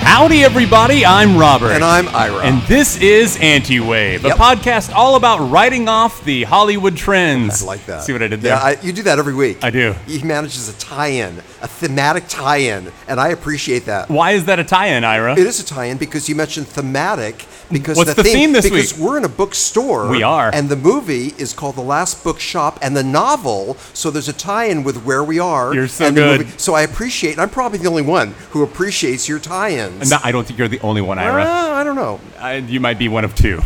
Howdy, everybody. I'm Robert. And I'm Ira. And this is Anti Wave, a Yep. podcast all about writing off the Hollywood trends. I like that. See what I did there? Yeah, I, you do that every week. I do. He manages a tie-in, a thematic tie-in, and I appreciate that. Why is that a tie in, Ira? It is a tie-in because you mentioned thematic. Because What's the theme, theme this because week? we're in a bookstore. We are. And the movie is called The Last Book Shop, and the novel. So there's a tie-in with where we are. You're so and the good. movie. So I appreciate. I'm probably the only one who appreciates your tie-ins. No, I don't think you're the only one, Ira. Ah, I don't know. I, you might be one of two.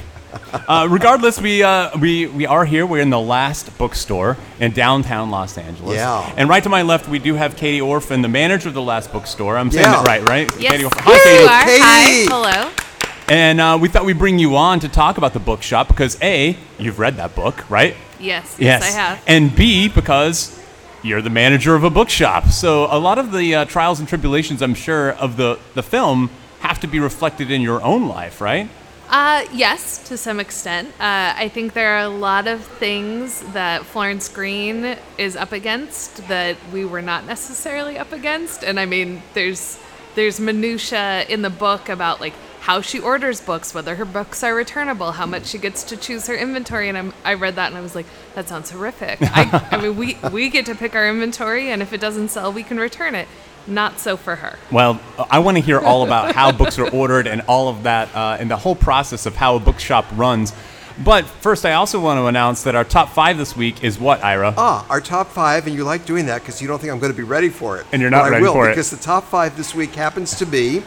Uh, regardless, we, uh, we we are here. We're in the last bookstore in downtown Los Angeles. Yeah. And right to my left, we do have Katie Orphan, the manager of the last bookstore. I'm saying Yeah. that right, right? Yes, Katie Orphan. here Hi, Katie. you are. Katie. Hi, hello. And uh, we thought we'd bring you on to talk about the bookshop because A, you've read that book, right? Yes, Yes, yes, I have. And B, because you're the manager of a bookshop. So a lot of the uh, trials and tribulations, I'm sure, of the, the film have to be reflected in your own life, right? uh, yes, to some extent. Uh, I think there are a lot of things that Florence Green is up against that we were not necessarily up against, and I mean, there's there's minutia in the book about like how she orders books, whether her books are returnable, how much she gets to choose her inventory, and I'm, I read that and I was like, that sounds horrific. I, I mean, we we get to pick our inventory, and if it doesn't sell, we can return it. Not so for her. Well, I want to hear all about how books are ordered and all of that uh, and the whole process of how a bookshop runs. But first, I also want to announce that our top five this week is what, Ira? Ah, our top five, and you like doing that because you don't think I'm going to be ready for it. And you're not But ready I will, for it. because the top five this week happens to be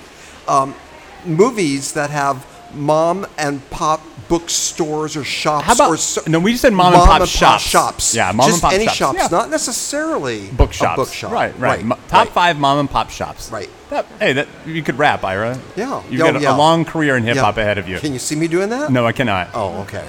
um, movies that have mom and pop bookstores or shops. How about- or so- no, we just said mom and pop shops. shops. Yeah, mom and Just pop any shops. shops, Yeah. not necessarily bookshops. A bookshop. Right, right. Mo- right. top five mom and pop shops. Right. That, hey, that you could rap, Ira. Yeah. You've Yeah, got a- yeah. a long career in hip Yeah. hop ahead of you. Can you see me doing that? No, I cannot. Oh, okay.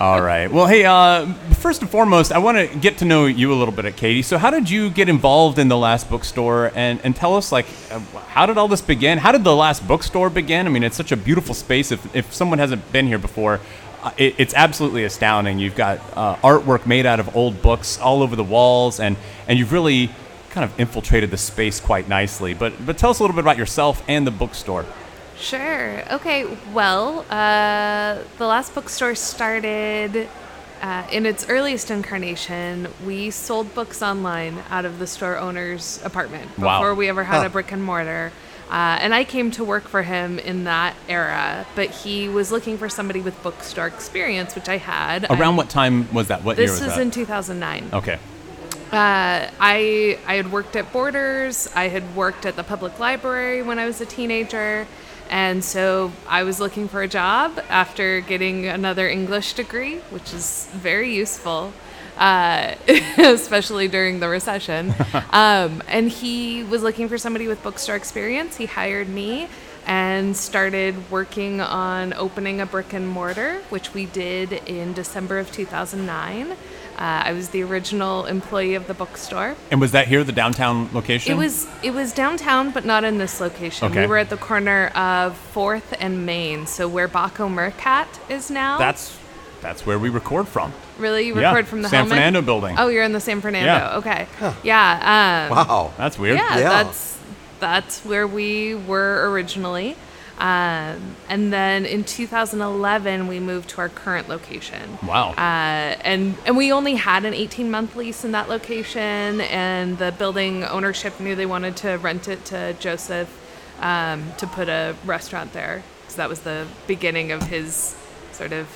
All right. Well, hey, uh, first and foremost, I want to get to know you a little bit, Katie. So, how did you get involved in the Last Bookstore, and and tell us like, uh, how did all this begin? How did the Last Bookstore begin? I mean, it's such a beautiful space. If if someone hasn't been here before. uh, It, it's absolutely astounding. You've got uh, artwork made out of old books all over the walls, and, and you've really kind of infiltrated the space quite nicely. But but tell us a little bit about yourself and the bookstore. Sure. Okay. Well, uh, the last bookstore started uh, in its earliest incarnation. We sold books online out of the store owner's apartment Wow. before we ever had Huh. a brick and mortar. Uh, and I came to work for him in that era, but he was looking for somebody with bookstore experience, which I had. I- Around what time was that? What year this was was that? in 2009. okay. Uh, I I had worked at Borders. I had worked at the public library when I was a teenager, and so I was looking for a job after getting another English degree, which is very useful, uh, especially during the recession. um, and he was looking for somebody with bookstore experience. He hired me and started working on opening a brick and mortar, which we did in December of 2009. Uh, I was the original employee of the bookstore. And was that here, the downtown location? It was it was downtown, but not in this location. Okay. We were at the corner of Fourth and Main, so where Baco Mercat is now. That's that's where we record from. really you Yeah, record from the San Hellman? Fernando building. Oh, you're in the San Fernando. Yeah. Okay. Yeah. Um, wow. That's weird. Yeah, Yeah. that's that's where we were originally. Um, and then in 2011, we moved to our current location. Wow. Uh, and and we only had an 18 month lease in that location, and the building ownership knew they wanted to rent it to Joseph um, to put a restaurant there because that was the beginning of his sort of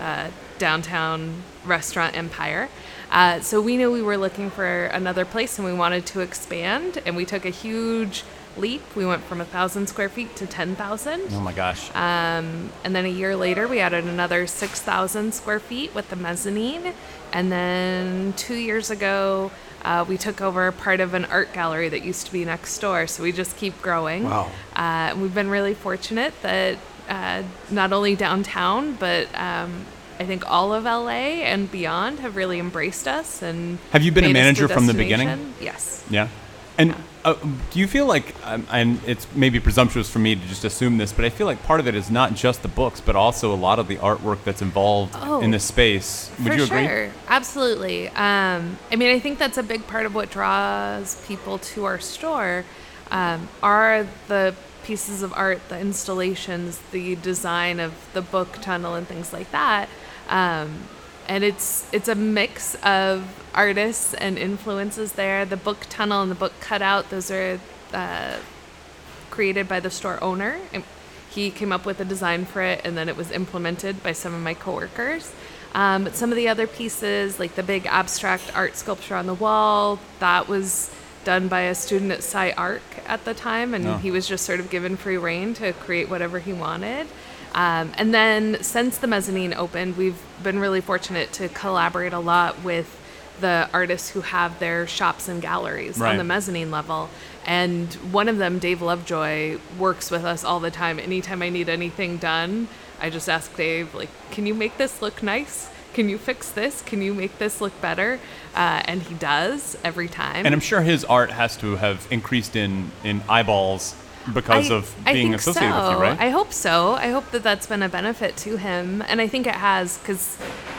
uh, downtown restaurant empire. Uh, so we knew we were looking for another place and we wanted to expand, and we took a huge leap. We went from a thousand square feet to ten thousand. Oh my gosh. Um, and then a year later, we added another 6,000 square feet with the mezzanine. And then two years ago, uh, we took over part of an art gallery that used to be next door. So we just keep growing. Wow. Uh, and we've been really fortunate that uh, not only downtown, but um, I think all of LA and beyond have really embraced us. And Have you been a made us manager from the beginning? destination. Yes. yeah. And uh, do you feel like, um, and it's maybe presumptuous for me to just assume this, but I feel like part of it is not just the books, but also a lot of the artwork that's involved Oh. in this space. Would For you agree? sure, absolutely. Um, I mean, I think that's a big part of what draws people to our store um, are the pieces of art, the installations, the design of the book tunnel, and things like that. Um, and it's it's a mix of artists and influences there. The book tunnel and the book cutout; those are uh, created by the store owner. And He came up with a design for it, and then it was implemented by some of my coworkers. Um, but some of the other pieces, like the big abstract art sculpture on the wall, that was done by a student at Sci Arc at the time, and Oh. he was just sort of given free reign to create whatever he wanted. Um, and then since the mezzanine opened, we've been really fortunate to collaborate a lot with the artists who have their shops and galleries on Right. the mezzanine level. And one of them, Dave Lovejoy, works with us all the time. Anytime I need anything done, I just ask Dave, like, can you make this look nice? Can you fix this? Can you make this look better? Uh, and he does every time. And I'm sure his art has to have increased in, in eyeballs because I- of I being think associated with so. you, right? I hope so. I hope that that's been a benefit to him, and I think it has because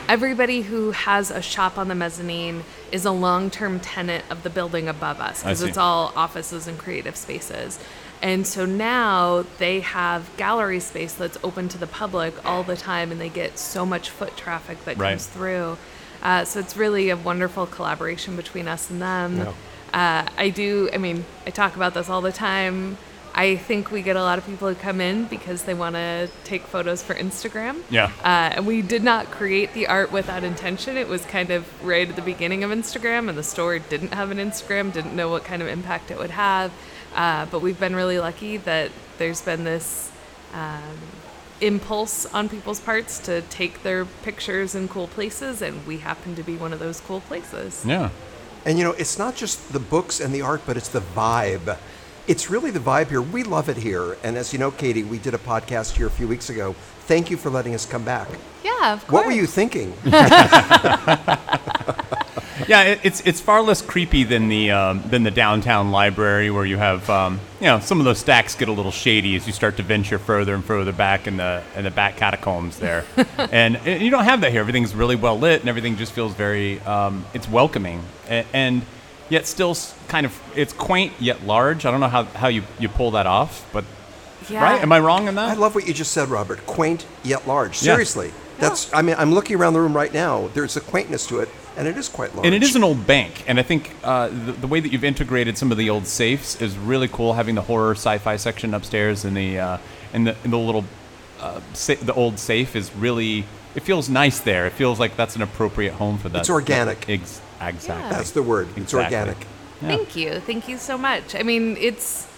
everybody who has a shop on the mezzanine is a long-term tenant of the building above us I because see. it's all offices and creative spaces. And so now they have gallery space that's open to the public all the time, and they get so much foot traffic that Right. comes through. Uh, so it's really a wonderful collaboration between us and them. Uh, I do, I mean, I talk about this all the time. I think we get a lot of people who come in because they want to take photos for Instagram. Yeah. Uh, and we did not create the art without intention. It was kind of right at the beginning of Instagram, and the store didn't have an Instagram, didn't know what kind of impact it would have. Uh, but we've been really lucky that there's been this um, impulse on people's parts to take their pictures in cool places, and we happen to be one of those cool places. yeah. And you know, it's not just the books and the art, but it's the vibe. It's really the vibe here. We love it here. And as you know, Katie, we did a podcast here a few weeks ago. Thank you for letting us come back. Yeah, of course. What were you thinking? Yeah, it, it's it's far less creepy than the um, than the downtown library where you have um, you know some of those stacks get a little shady as you start to venture further and further back in the in the back catacombs there, and, uh, you don't have that here. Everything's really well lit and everything just feels very um, it's welcoming and, and yet still s- kind of it's quaint yet large. I don't know how, how you, you pull that off, but Yeah. right? Am I wrong in that? I love what you just said, Robert. Quaint yet large. Yeah. Seriously. That's I mean, I'm looking around the room right now. There's a quaintness to it, and it is quite large. And it is an old bank, and I think uh, the, the way that you've integrated some of the old safes is really cool. Having the horror sci-fi section upstairs and the uh, and the, and the little uh, sa- the old safe is really it feels nice there. It feels like that's an appropriate home for that. It's organic. Ex- exactly. That's the word. It's Exactly. organic. Yeah. Thank you. Thank you so much. I mean, it's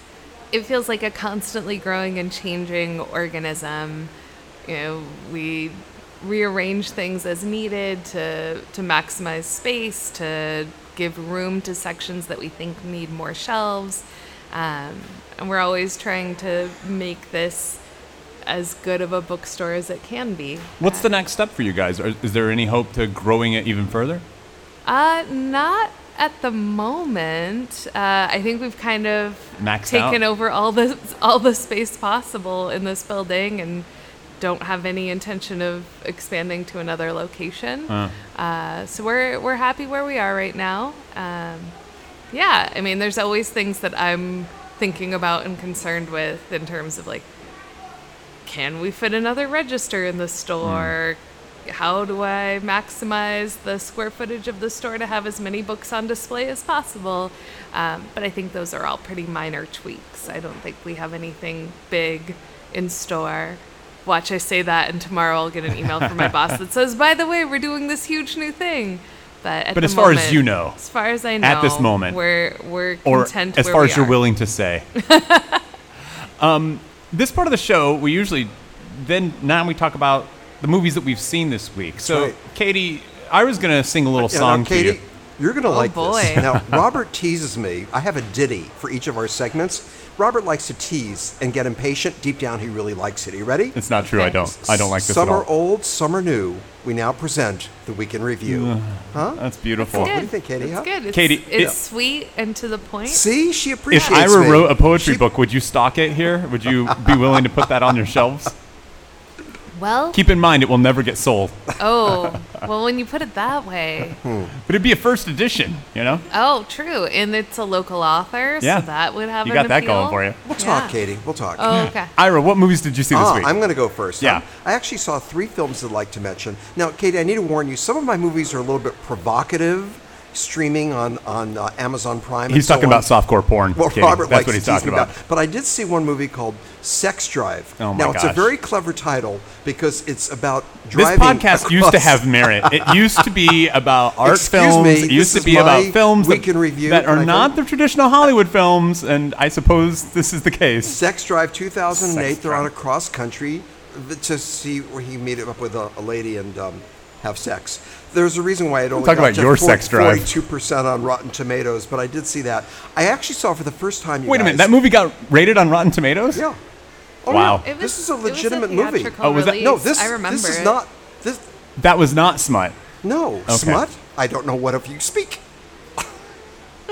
it feels like a constantly growing and changing organism. You know, we rearrange things as needed to to maximize space, to give room to sections that we think need more shelves. Um, and we're always trying to make this as good of a bookstore as it can be. What's the next step for you guys? Are, is there any hope to growing it even further? Uh, not at the moment. Uh, I think we've kind of Maxed taken out? over all the all the space possible in this building, and don't have any intention of expanding to another location. Uh. Uh, so we're we're happy where we are right now. Um, yeah, I mean, there's always things that I'm thinking about and concerned with in terms of like can we fit another register in the store? How do I maximize the square footage of the store to have as many books on display as possible? Um, but I think those are all pretty minor tweaks. I don't think we have anything big in store. Watch, I say that, and tomorrow I'll get an email from my boss that says, "By the way, we're doing this huge new thing." But at But the as far as moment- you know, as far as I know, at this moment, we're we're or content as where far we as you're are. willing to say. um, this part of the show, we usually then now we talk about the movies that we've seen this week. So, right. Katie, I was gonna sing a little Yeah, now, song to Katie, you. you're going to like boy. this. Now, Robert teases me. I have a ditty for each of our segments. Robert likes to tease and get impatient. Deep down, he really likes it. Are you ready? It's not true. I don't. I don't like this Some at all. are old, some are new. We now present the Weekend Review. huh? That's beautiful. What do you think, Katie, It's huh? good. It's, Katie, it's yeah. sweet and to the point. See, she appreciates If Ira me. wrote a poetry She- book, would you stock it here? Would you be willing to put that on your shelves? Well, Keep in mind, it will never get sold, but oh, well, when you put it that way. it'd be a first edition, you know? Oh, true. And it's a local author, so Yeah. that would have You an got that going appeal. for you. We'll talk, Yeah. Katie. We'll talk. Oh, okay. Ira, what movies did you see this Ah, week? I'm going to go first. Yeah. Um, I actually saw three films I'd like to mention. Now, Katie, I need to warn you. Some of my movies are a little bit provocative, streaming on on uh, Amazon Prime. and he's so talking on. about softcore porn. Well, Katie. Robert That's likes what to he's tease talking me about. But I did see one movie called Sex Drive. Oh, my now it's a gosh. very clever title because it's about This driving. podcast used to across- have merit. It used to be about art Excuse films. me, it used this to be is about my films week that, in review, that and are I not don't- the traditional Hollywood films, and I suppose this is the case. Sex Drive 2008. Sex They're on a Drive. cross country v- to see where he meet up with a, a lady and um, have sex. There's a reason why it only talk got about to your Sex Drive. 42% on Rotten Tomatoes, but I did see that. I actually saw for the first time. You Wait a minute, guys- that movie got rated on Rotten Tomatoes? Yeah. Oh, Wow. yeah. It was, this is a it was legitimate movie. theatrical Oh, was that- release. No, this I remember this is it. not this. That was not smut. No, smut. I don't know what if you speak.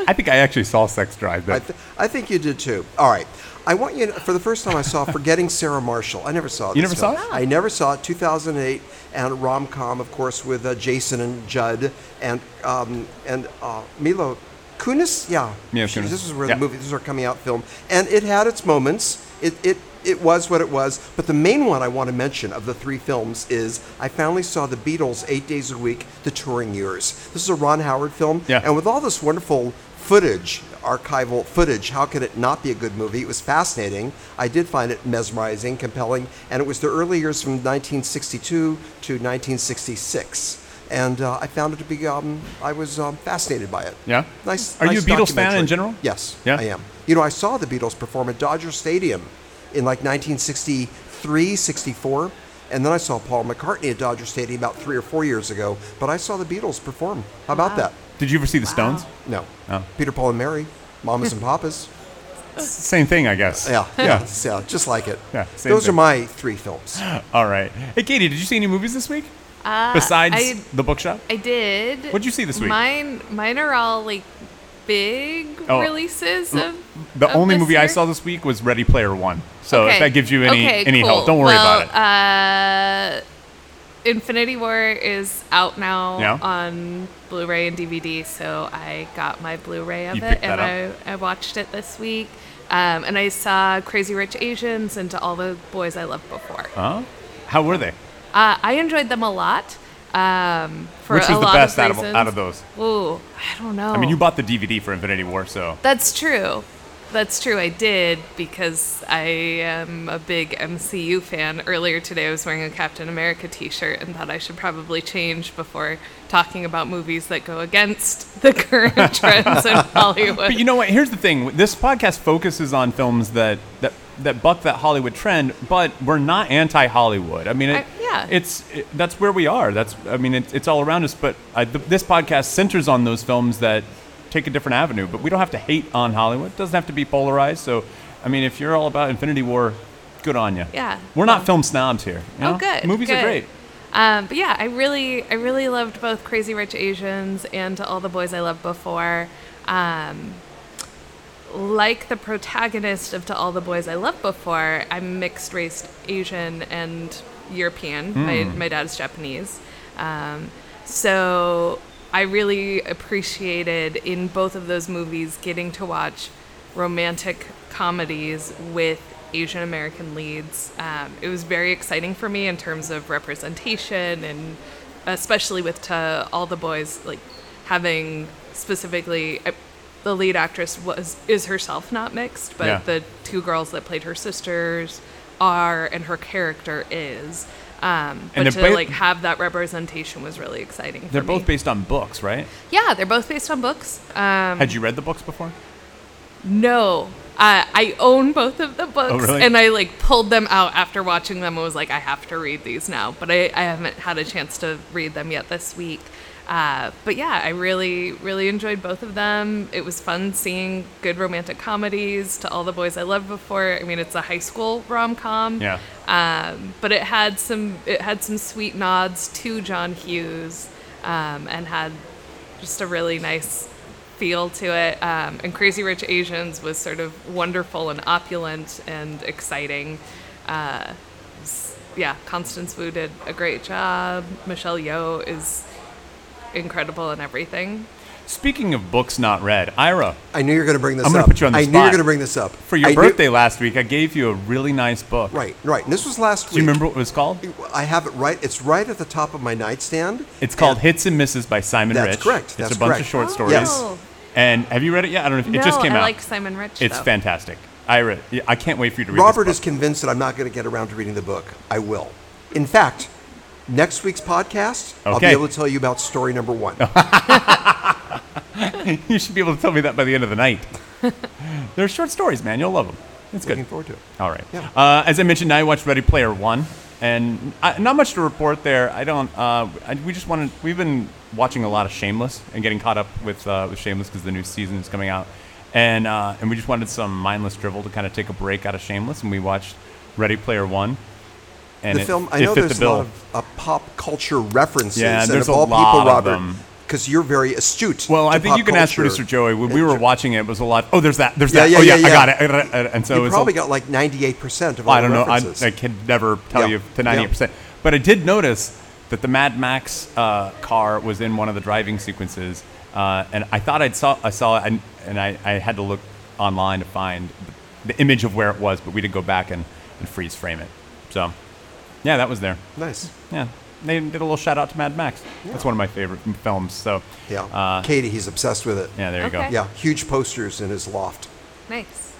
I think I actually saw Sex Drive. I, But th- I think you did too. All right. I want you to, for the first time I saw Forgetting Sarah Marshall. I never saw it. You never saw it? I never saw it. 2008 and a rom com, of course, with uh, Jason and Judd and um, and uh, Milo Kunis. Yeah. Yeah, She- Kunis. This is where Yeah. the movie. This is our coming out film, and it had its moments. It it. It was what it was, but the main one I want to mention of the three films is I finally saw the Beatles eight days a week, the touring years. This is a Ron Howard film, Yeah. and with all this wonderful footage, archival footage, how could it not be a good movie? It was fascinating. I did find it mesmerizing, compelling, and it was the early years from 1962 to 1966. And uh, I found it to be, um, I was um, fascinated by it. Yeah? Nice. Are you nice a Beatles fan documentary. in general? Yes. Yeah? I am. You know, I saw the Beatles perform at Dodger Stadium in like 1963, 64. And then I saw Paul McCartney at Dodger Stadium about three or four years ago. But I saw the Beatles perform. How about that? did you ever see The Stones? No. Oh. Peter, Paul, and Mary. Mamas and Papas. Same thing, I guess. Yeah. Yeah. Yeah. yeah just like it. Yeah, same Those are thing. my three films. All right. Hey, Katie, did you see any movies this week? Uh, Besides I- The Bookshop? I did. What'd you see this week? Mine, mine are all like big Oh. releases of. The of only this movie I year. saw this week was Ready Player One. So Okay. if that gives you any Okay, any cool. help, don't worry Well, about it. Uh, Infinity War is out now Yeah. on Blu-ray and DVD, so I got my Blu-ray of You it picked that and I, I watched it this week. Um, and I saw Crazy Rich Asians and To All the Boys I Loved Before. huh? How were they? Uh, I enjoyed them a lot. Um, for Which a was the lot best of out of- reasons. Oh. out of those? Ooh, I don't know. I mean, you bought the DVD for Infinity War, so That's true. That's true. I did because I am a big MCU fan. Earlier today, I was wearing a Captain America t shirt and thought I should probably change before talking about movies that go against the current trends in Hollywood. But you know what? Here's the thing. This podcast focuses on films that that that buck that Hollywood trend, but we're not anti-Hollywood. I mean, it, I- yeah. it's it, that's where we are. That's I mean, it, it's all around us. But I, th- this podcast centers on those films that take a different avenue. But we don't have to hate on Hollywood. It doesn't have to be polarized. So, I mean, if you're all about Infinity War, good on you. Yeah. We're not Well- film snobs here. you Oh, know? good. Movies good. are great. Um, but yeah, I really, I really loved both Crazy Rich Asians and To All the Boys I Loved Before. Um, like the protagonist of To All the Boys I Loved Before, I'm mixed race Asian and European. My, my dad's Japanese. Um, so I really appreciated in both of those movies getting to watch romantic comedies with Asian American leads. Um, it was very exciting for me in terms of representation and especially with to all the boys like having specifically I- the lead actress was is herself not mixed but Yeah. the two girls that played her sisters are and her character is um, And but they're to ba- like have that representation was really exciting They're for both me. based on books, right? yeah they're both based on books um, Had you read the books before? no uh, i own both of the books Oh, really? and i like pulled them out after watching them and was like i have to read these now but i, I haven't had a chance to read them yet this week uh, but yeah i really really enjoyed both of them it was fun seeing good romantic comedies to all the boys i loved before i mean it's a high school rom-com Yeah. um, but it had some it had some sweet nods to John Hughes, um, and had just a really nice feel to it. Um, and Crazy Rich Asians was sort of wonderful and opulent and exciting. Uh, s- yeah, Constance Wu did a great job. Michelle Yeoh is incredible in everything. Speaking of books not read, Ira, I knew you were going to bring this I'm up. gonna put you on the I knew you were spot. going to bring this up. for your I knew- birthday last week, I gave you a really nice book. right, right. And this was last Do you week. remember what it was called? I have it right. It's right at the top of my nightstand. It's called And Hits and Misses by Simon That's Rich. correct. It's That's a bunch correct. of short Oh. stories. Yes. And have you read it yet? I don't know. If, no, it just came I out. like Simon Rich. it's though. fantastic. Ira, yeah, I can't wait for you to read Robert this is book. convinced that I'm not going to get around to reading the book. I will. In fact, next week's podcast, I'll Okay. be Oh, able to tell you about story number one. you should be able to tell me that by the end of the night. They're short stories, man. You'll love them. It's good. Looking forward to it. All right. Yeah. Uh, as I mentioned, I watched Ready Player One, and I, not much to report there. I don't. Uh, I, we just wanted. We've been watching a lot of Shameless and getting caught up with uh, with Shameless because the new season is coming out, and uh, and we just wanted some mindless drivel to kind of take a break out of Shameless, and we watched Ready Player One. And the it- film. I it know fit there's the bill. a lot of uh, pop culture references. Yeah, and there's of a all lot of people, Robert, them. because you're very astute. Well, I to think you pop can ask culture. producer Joey. When we were watching it, it was a lot. Oh, there's that. There's Yeah, that. yeah, oh, yeah, I yeah, yeah. got it. I got it. And so You it's probably got like 98% of all I don't the know. I, references. I can never tell Yeah. you to 98%. But I did notice that the Mad Max uh, car was in one of the driving sequences. Uh, and I thought I'd saw, I saw it, and, and I, I had to look online to find the image of where it was, but we did go back and, and freeze frame it. So, yeah, that was there. nice. Yeah. They did a little shout out to Mad Max. That's one of my favorite m- films. So, Yeah. Uh, Katie, he's obsessed with it. yeah, there you go. Okay. Yeah. Yeah, huge posters in his loft. Nice.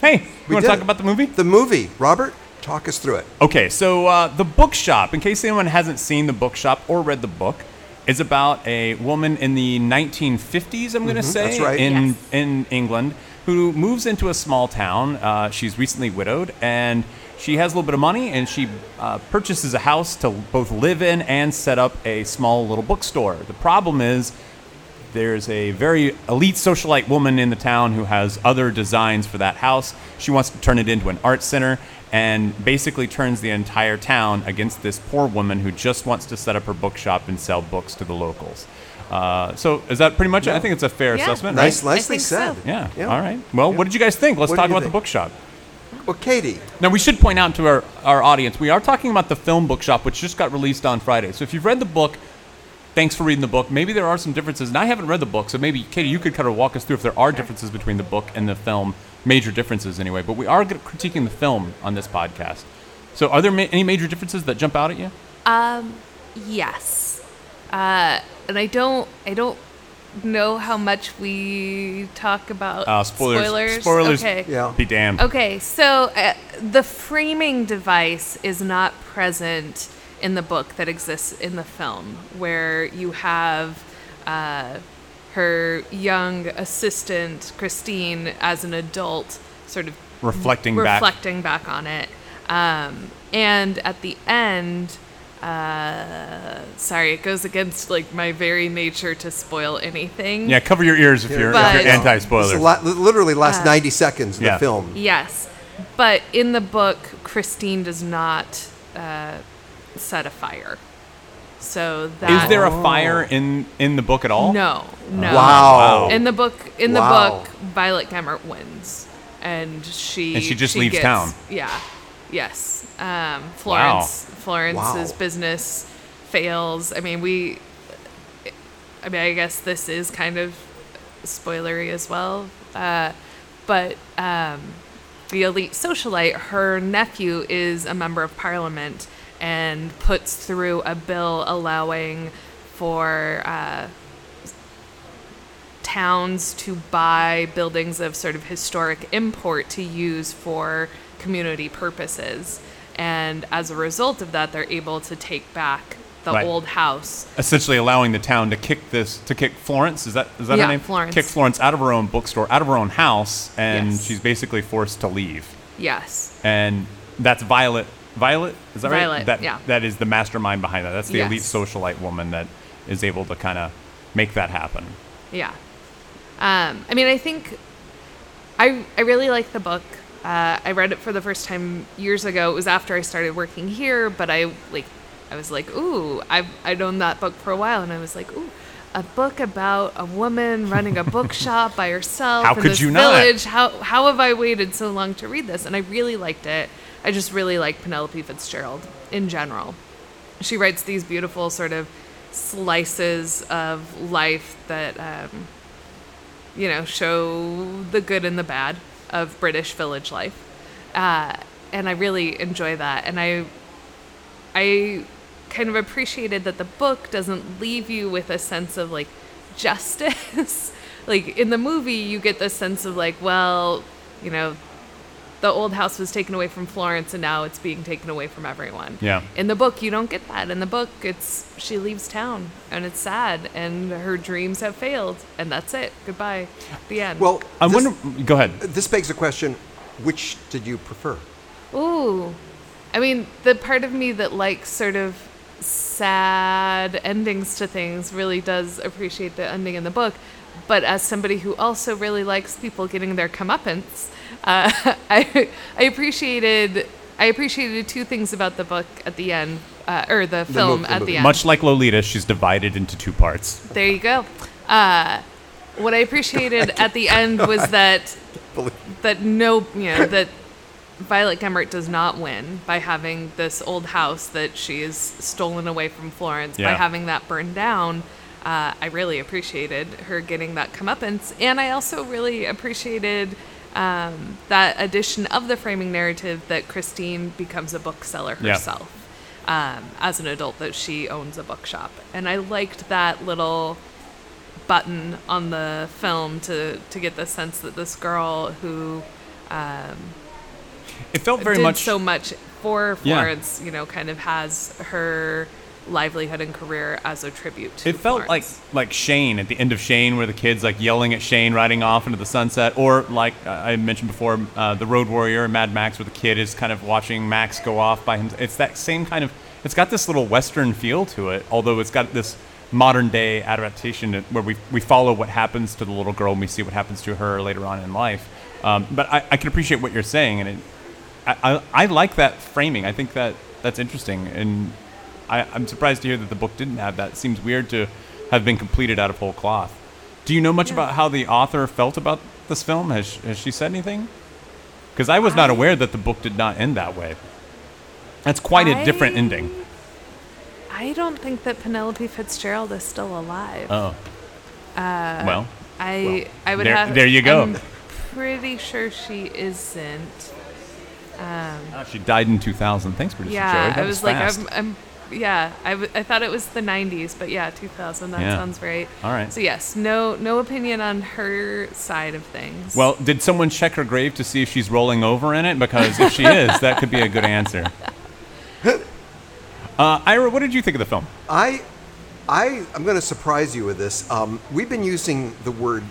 Hey, you We want to did talk it. about the movie? The movie, Robert, talk us through it. Okay, so uh, the bookshop. In case anyone hasn't seen the bookshop or read the book, is about a woman in the 1950s. I'm going to say Mm-hmm, that's right. in Yes. in England who moves into a small town. Uh, she's recently widowed and she has a little bit of money and she uh, purchases a house to both live in and set up a small little bookstore. The problem is there's a very elite socialite woman in the town who has other designs for that house. She wants to turn it into an art center and basically turns the entire town against this poor woman who just wants to set up her bookshop and sell books to the locals. Uh, so is that pretty much it? I think it's a fair Yeah. assessment, right? Nice, I nicely think so. said. Yeah. All right. Well, what did you guys think? Let's What did talk you about think? the bookshop. Well, Katie, Now, we should point out to our, our audience, we are talking about the film bookshop, which just got released on Friday. So if you've read the book, thanks for reading the book. Maybe there are some differences, and I haven't read the book, so maybe, Katie, you could kind of walk us through if there are differences between the book and the film, major differences anyway. But we are g- critiquing the film on this podcast. So are there ma- any major differences that jump out at you? Yes. Uh, and I don't I don't know how much we talk about Uh, spoilers. spoilers. Spoilers. Okay. yeah. Be damned. Okay, so uh, the framing device is not present in the book that exists in the film, where you have uh, her young assistant, Christine, as an adult, sort of Reflecting back. reflecting back, on it. Um, and at the end, uh, sorry, it goes against like my very nature to spoil anything. Yeah, cover your ears if you're, if But- you're It's anti-spoiler. the la- li- literally last 90 seconds of yeah. the film. Yes, but in the book, Christine does not uh, set a fire. So that Is there a fire in, in the book at all? no no Wow. in the book in Wow. the book Violet Gamert wins and she And she just leaves town. yeah yes um, Florence Florence's Wow. business fails I mean we I mean I guess this is kind of spoilery as well uh, but um, the elite socialite, her nephew is a member of parliament and puts through a bill allowing for uh, towns to buy buildings of sort of historic import to use for community purposes. And as a result of that, they're able to take back the Right. old house. essentially allowing the town to kick this to kick Florence is that is that Yeah, her name Florence. kick Florence out of her own bookstore out of her own house and Yes. she's basically forced to leave Yes. and that's Violet Violet is that right Violet, that yeah. that is the mastermind behind that that's the elite Yes. socialite woman that is able to kind of make that happen Yeah. Um, I mean, I think I, I really like the book. Uh, I read it for the first time years ago. It was after I started working here, but I like I was like, ooh, I've I'd owned that book for a while, and I was like, ooh, a book about a woman running a bookshop by herself How in could this you not? village. How how have I waited so long to read this? And I really liked it. I just really like Penelope Fitzgerald in general. She writes these beautiful sort of slices of life that um, you know show the good and the bad of British village life, uh, and I really enjoy that. And I I kind of appreciated that the book doesn't leave you with a sense of like justice. like in the movie, you get this sense of like, well, you know, the old house was taken away from Florence and now it's being taken away from everyone. Yeah. In the book, you don't get that. In the book, it's she leaves town and it's sad and her dreams have failed and that's it. Goodbye. The end. Well, I this- wonder. Go ahead. This begs the question: Which did you prefer? Ooh. I mean, the part of me that likes sort of sad endings to things really does appreciate the ending in the book. But as somebody who also really likes people getting their comeuppance, uh, I, I appreciated I appreciated two things about the book at the end, uh, or the film the at movie. the end. Much like Lolita, she's divided into two parts. there you go. Uh, what I appreciated at the end was that Believe- that no, you know, that Violet Gemmert does not win by having this old house that she is stolen away from Florence by Yeah. having that burned down. Uh, I really appreciated her getting that comeuppance, and I also really appreciated um, that addition of the framing narrative that Christine becomes a bookseller Yeah. herself um, as an adult that she owns a bookshop, and I liked that little button on the film to to get the sense that this girl who It felt very did much so much for Yeah. Florence, you know, kind of has her livelihood and career as a tribute to It felt like Florence. like Shane at the end of Shane, where the kids like yelling at Shane riding off into the sunset, or like uh, I mentioned before, uh, the Road Warrior and Mad Max, where the kid is kind of watching Max go off by himself. It's that same kind of. It's got this little Western feel to it, although it's got this modern day adaptation that- where we we follow what happens to the little girl and we see what happens to her later on in life. Um, but I, I can appreciate what you're saying, and it, I, I I like that framing. I think that that's interesting, and I, I'm surprised to hear that the book didn't have that. It seems weird to have been completed out of whole cloth. Do you know much about how the author felt about this film? Has sh- has she said anything? Because I was not aware that the book did not end that way. That's quite a different I- ending. I don't think that Penelope Fitzgerald is still alive. Oh. uh, well, I I would there- have there you go. I'm pretty sure she isn't. ah, she died in 2000. Thanks, producer Joey. Yeah, That I was, was, like, fast. I'm, I'm, yeah, I, w- I thought it was the '90s, but yeah, 2000. That Yeah. sounds right. All right. So yes, no, no opinion on her side of things. Well, did someone check her grave to see if she's rolling over in it? Because if she is, that could be a good answer. Uh, Ira, what did you think of the film? I, I, I'm going to surprise you with this. Um, we've been using the word,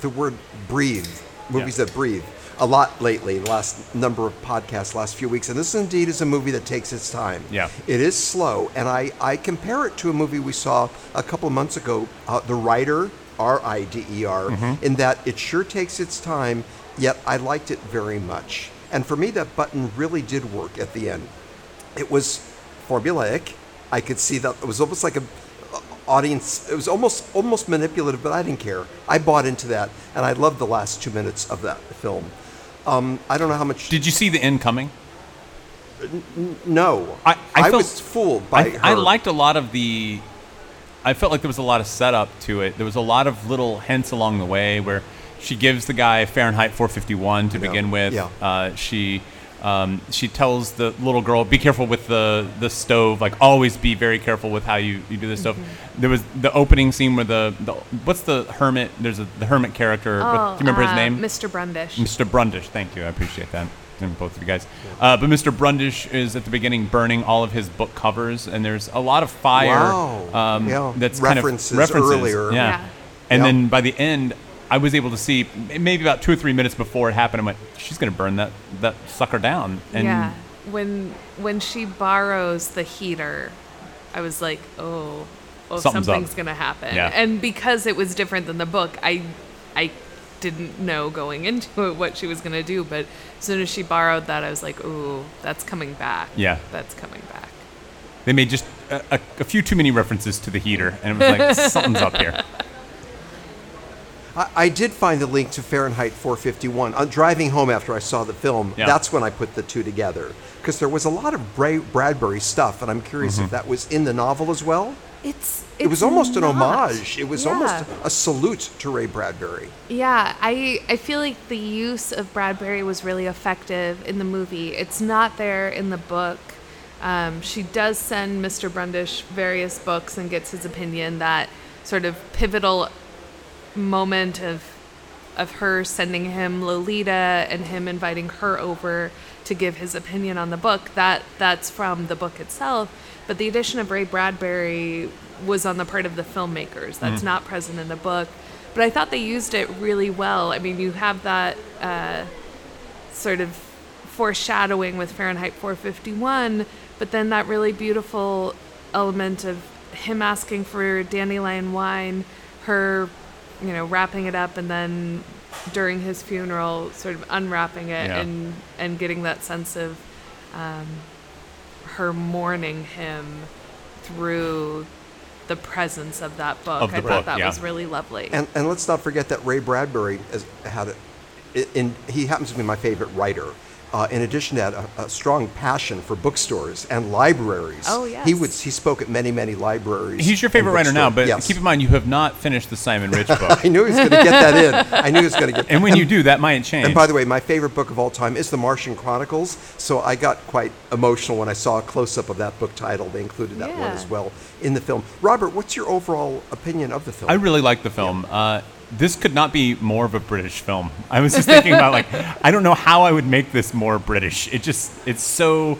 the word breathe, movies Yeah. that breathe, a lot lately. The last number of podcasts, last few weeks, and this indeed is a movie that takes its time. Yeah. it is slow, and I, I compare it to a movie we saw a couple months ago, uh, The Rider, R I D E R, Mm-hmm. in that it sure takes its time. Yet I liked it very much, and for me, that button really did work at the end it was formulaic. I could see that it was almost like a a audience. It was almost almost manipulative, but I didn't care. I bought into that, and I loved the last two minutes of that film. Um, I don't know how much. Did you see the end coming? no, I- I felt- was fooled by I, her. I liked a lot of the. I felt like there was a lot of setup to it. There was a lot of little hints along the way where she gives the guy Fahrenheit 451 to Yeah, begin with. yeah. Uh, she um, she tells the little girl, "Be careful with the the stove. Like always, be very careful with how you, you do this stuff." Mm-hmm. There was the opening scene where the, the what's the hermit? There's a the hermit character. what- do you remember uh, his name? Mr. Brundish. Mr. Brundish, thank you. I appreciate that. And both of you guys. Uh, but Mr. Brundish is at the beginning burning all of his book covers, and there's a lot of fire Wow. um, Yeah. that's References kind of references. earlier. Yeah. Yeah. And Yeah. then by the end, I was able to see m- maybe about two or three minutes before it happened. I went, she's going to burn that, that sucker down. And yeah. When when she borrows the heater, I was like, oh, oh Something's up. something's, gonna happen. Yeah. And because it was different than the book, I I didn't know going into it what she was gonna do, but as soon as she borrowed that, I was like, ooh, that's coming back. Yeah. That's coming back. they made just a, a, a few too many references to the heater, and it was like something's up here. I, I did find the link to Fahrenheit 451. On driving home after I saw the film, Yeah. that's when I put the two together because there was a lot of Bra- Bradbury stuff, and I'm curious Mm-hmm. if that was in the novel as well. It's, it was it's almost an not. homage. It was almost Yeah. a salute to Ray Bradbury. Yeah, I I feel like the use of Bradbury was really effective in the movie. It's not there in the book. Um, she does send Mr. Brundish various books and gets his opinion. That sort of pivotal moment of of her sending him Lolita and him inviting her over to give his opinion on the book. That that's from the book itself. But the addition of Ray Bradbury was on the part of the filmmakers. That's not present in the book. But I thought they used it really well. I mean, you have that uh, sort of foreshadowing with Fahrenheit 451, but then that really beautiful element of him asking for dandelion wine, her, you know, wrapping it up, and then during his funeral, sort of unwrapping it Yeah. and and getting that sense of um, her mourning him through the presence of that book. Of the I book, thought that yeah. was really lovely. And, and let's not forget that Ray Bradbury has had it, and he happens to be my favorite writer. Uh, in addition to that, a, a strong passion for bookstores and libraries. Oh, yes. He would he spoke at many many libraries. He's your and favorite writer now, bookstore- but yes. keep in mind you have not finished the Simon Rich book, I knew he was going to get that in. I knew he was going to get. and when you do, that might change. And by the way, my favorite book of all time is The Martian Chronicles. So I got quite emotional when I saw a close up of that book title. They included that one Yeah. as well in the film. Robert, what's your overall opinion of the film? I really like the film. Uh, this could not be more of a British film. I was just thinking about like I don't know how I would make this more British. It just it's so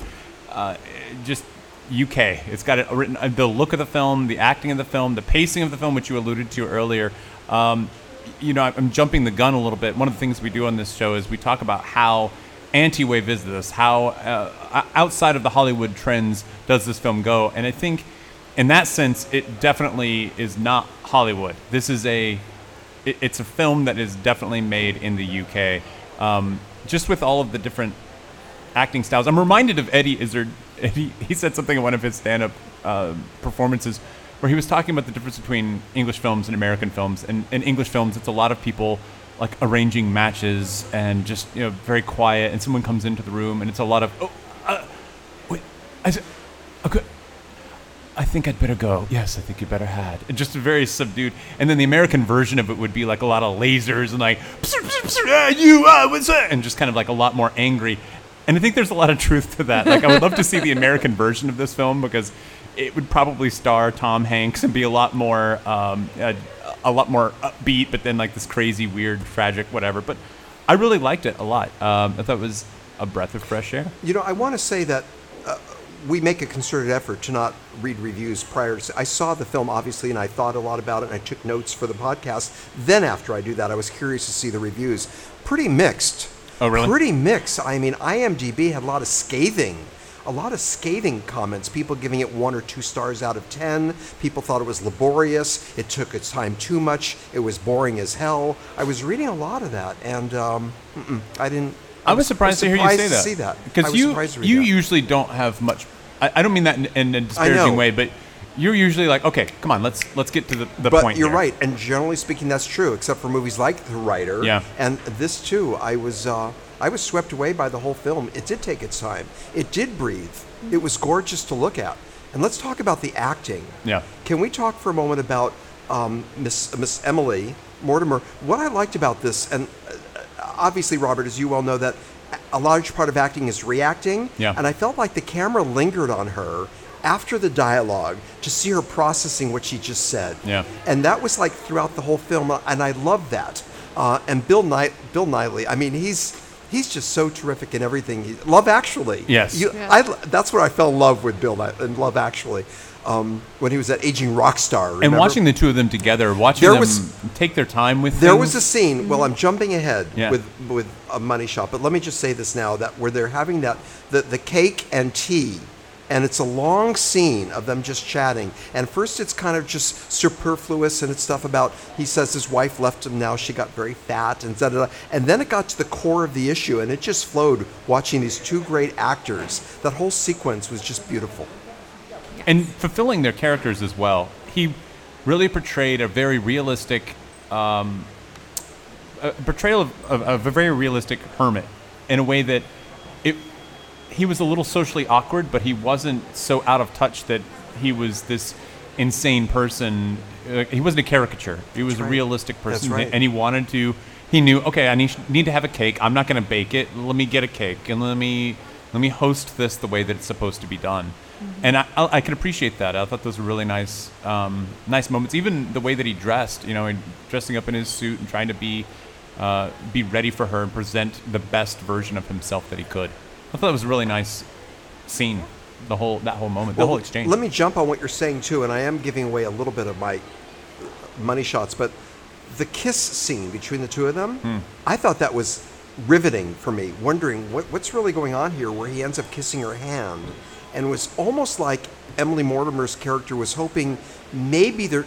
uh, just UK. It's got it written. Uh, the look of the film, the acting of the film, the pacing of the film, which you alluded to earlier. Um, you know, I'm jumping the gun a little bit. One of the things we do on this show is we talk about how anti-wave is this, how uh, o- outside of the Hollywood trends does this film go, and I think in that sense, it definitely is not Hollywood. This is a, it, it's a film that is definitely made in the UK. Um, just with all of the different acting styles, I'm reminded of Eddie Izzard. Eddie, he said something in one of his stand-up uh, performances where he was talking about the difference between English films and American films. And in English films, it's a lot of people like arranging matches and just you know very quiet, and someone comes into the room, and it's a lot of oh, uh, wait, I said, okay. I think I'd better go. Yes, I think you better had. And just very subdued. And then the American version of it would be like a lot of lasers and like, "Psr, psr, psr, uh, you, uh, what's that? And just kind of like a lot more angry. And I think there's a lot of truth to that. Like, I would love to see the American version of this film because it would probably star Tom Hanks and be a lot more, um, a, a lot more upbeat, but then like this crazy, weird, tragic, whatever. But I really liked it a lot. Um, I thought it was a breath of fresh air. You know, I want to say that uh, we make a concerted effort to not read reviews prior to. I saw the film, obviously, and I thought a lot about it, and I took notes for the podcast. Then, after I do that, I was curious to see the reviews. Pretty mixed. Oh, really? Pretty mixed. I mean, IMDb had a lot of scathing. A lot of scathing comments, people giving it one or two stars out of ten. People thought it was laborious, it took its time too much, it was boring as hell. I was reading a lot of that, and um, mm-mm, I didn't. I was surprised, to hear you say that. see that. I because was you surprised to read you that. usually don't have much. I, I don't mean that in, in a know. disparaging way, but you're usually like, okay, come on, let's let's get to the, the but point. you're here." right and generally speaking that's true except for movies like the writer Yeah. and this too i was uh, i was swept away by the whole film it did take its time it did breathe it was gorgeous to look at and let's talk about the acting Yeah. can we talk for a moment about um, miss miss emily mortimer what i liked about this and uh, obviously robert as you well know that a large part of acting is reacting Yeah. and i felt like the camera lingered on her after the dialogue to see her processing what she just said Yeah. and that was like throughout the whole film, uh, and I love that. Uh, and Bill Knight, Bill Knightley, I mean, he's he's just so terrific in everything. He, love Actually, Yes. You- Yeah. I, that's where I fell in love with Bill Knight in Love Actually, um, when he was that aging rock star. And Remember? watching the two of them together, watching There them was- take their time with There things, was a scene. Well, I'm jumping ahead Yeah. with with a money shot, but let me just say this now: that where they're having that the the cake and tea, and it's a long scene of them just chatting. And first, it's kind of just superfluous, and it's stuff about he says his wife left him now; she got very fat, and da da da. And then it got to the core of the issue, and it just flowed. Watching these two great actors, that whole sequence was just beautiful. and fulfilling their characters as well. He really portrayed a very realistic um, a portrayal of, of, of a very realistic hermit in a way that it he was a little socially awkward, but he wasn't so out of touch that he was this insane person. Uh, he wasn't a caricature. He was That's a right. realistic That's person, right. and he wanted to. He knew, okay, I need, need to have a cake. I'm not going to bake it. Let me get a cake, and let me let me host this the way that it's supposed to be done. And I, I, I could appreciate that. I thought those were really nice, um, nice moments. Even the way that he dressed, you know, and dressing up in his suit and trying to be uh, be ready for her and present the best version of himself that he could. I thought it was a really nice scene. The whole that whole moment, the Well, whole exchange. Let me jump on what you're saying too, and I am giving away a little bit of my money shots, but the kiss scene between the two of them, I thought that was riveting for me. Wondering what, what's really going on here, where he ends up kissing her hand, and it was almost like Emily Mortimer's character was hoping maybe there.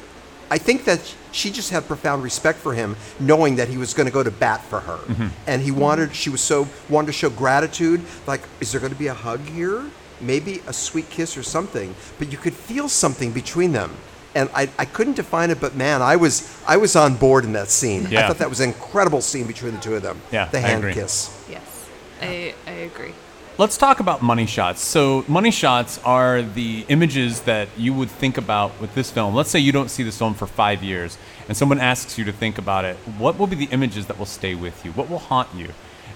I think that she just had profound respect for him, knowing that he was going to go to bat for her, and he wanted. She was so wanted to show gratitude. Like, is there going to be a hug here? Maybe a sweet kiss or something. But you could feel something between them and I, I couldn't define it, but man, I was I was on board in that scene. I Yeah. thought that was an incredible scene between the two of them. Yeah, the I hand agree. kiss. Yes, I, I agree. Let's talk about money shots. So, money shots are the images that you would think about with this film. Let's say you don't see this film for five years, and someone asks you to think about it. What will be the images that will stay with you? What will haunt you?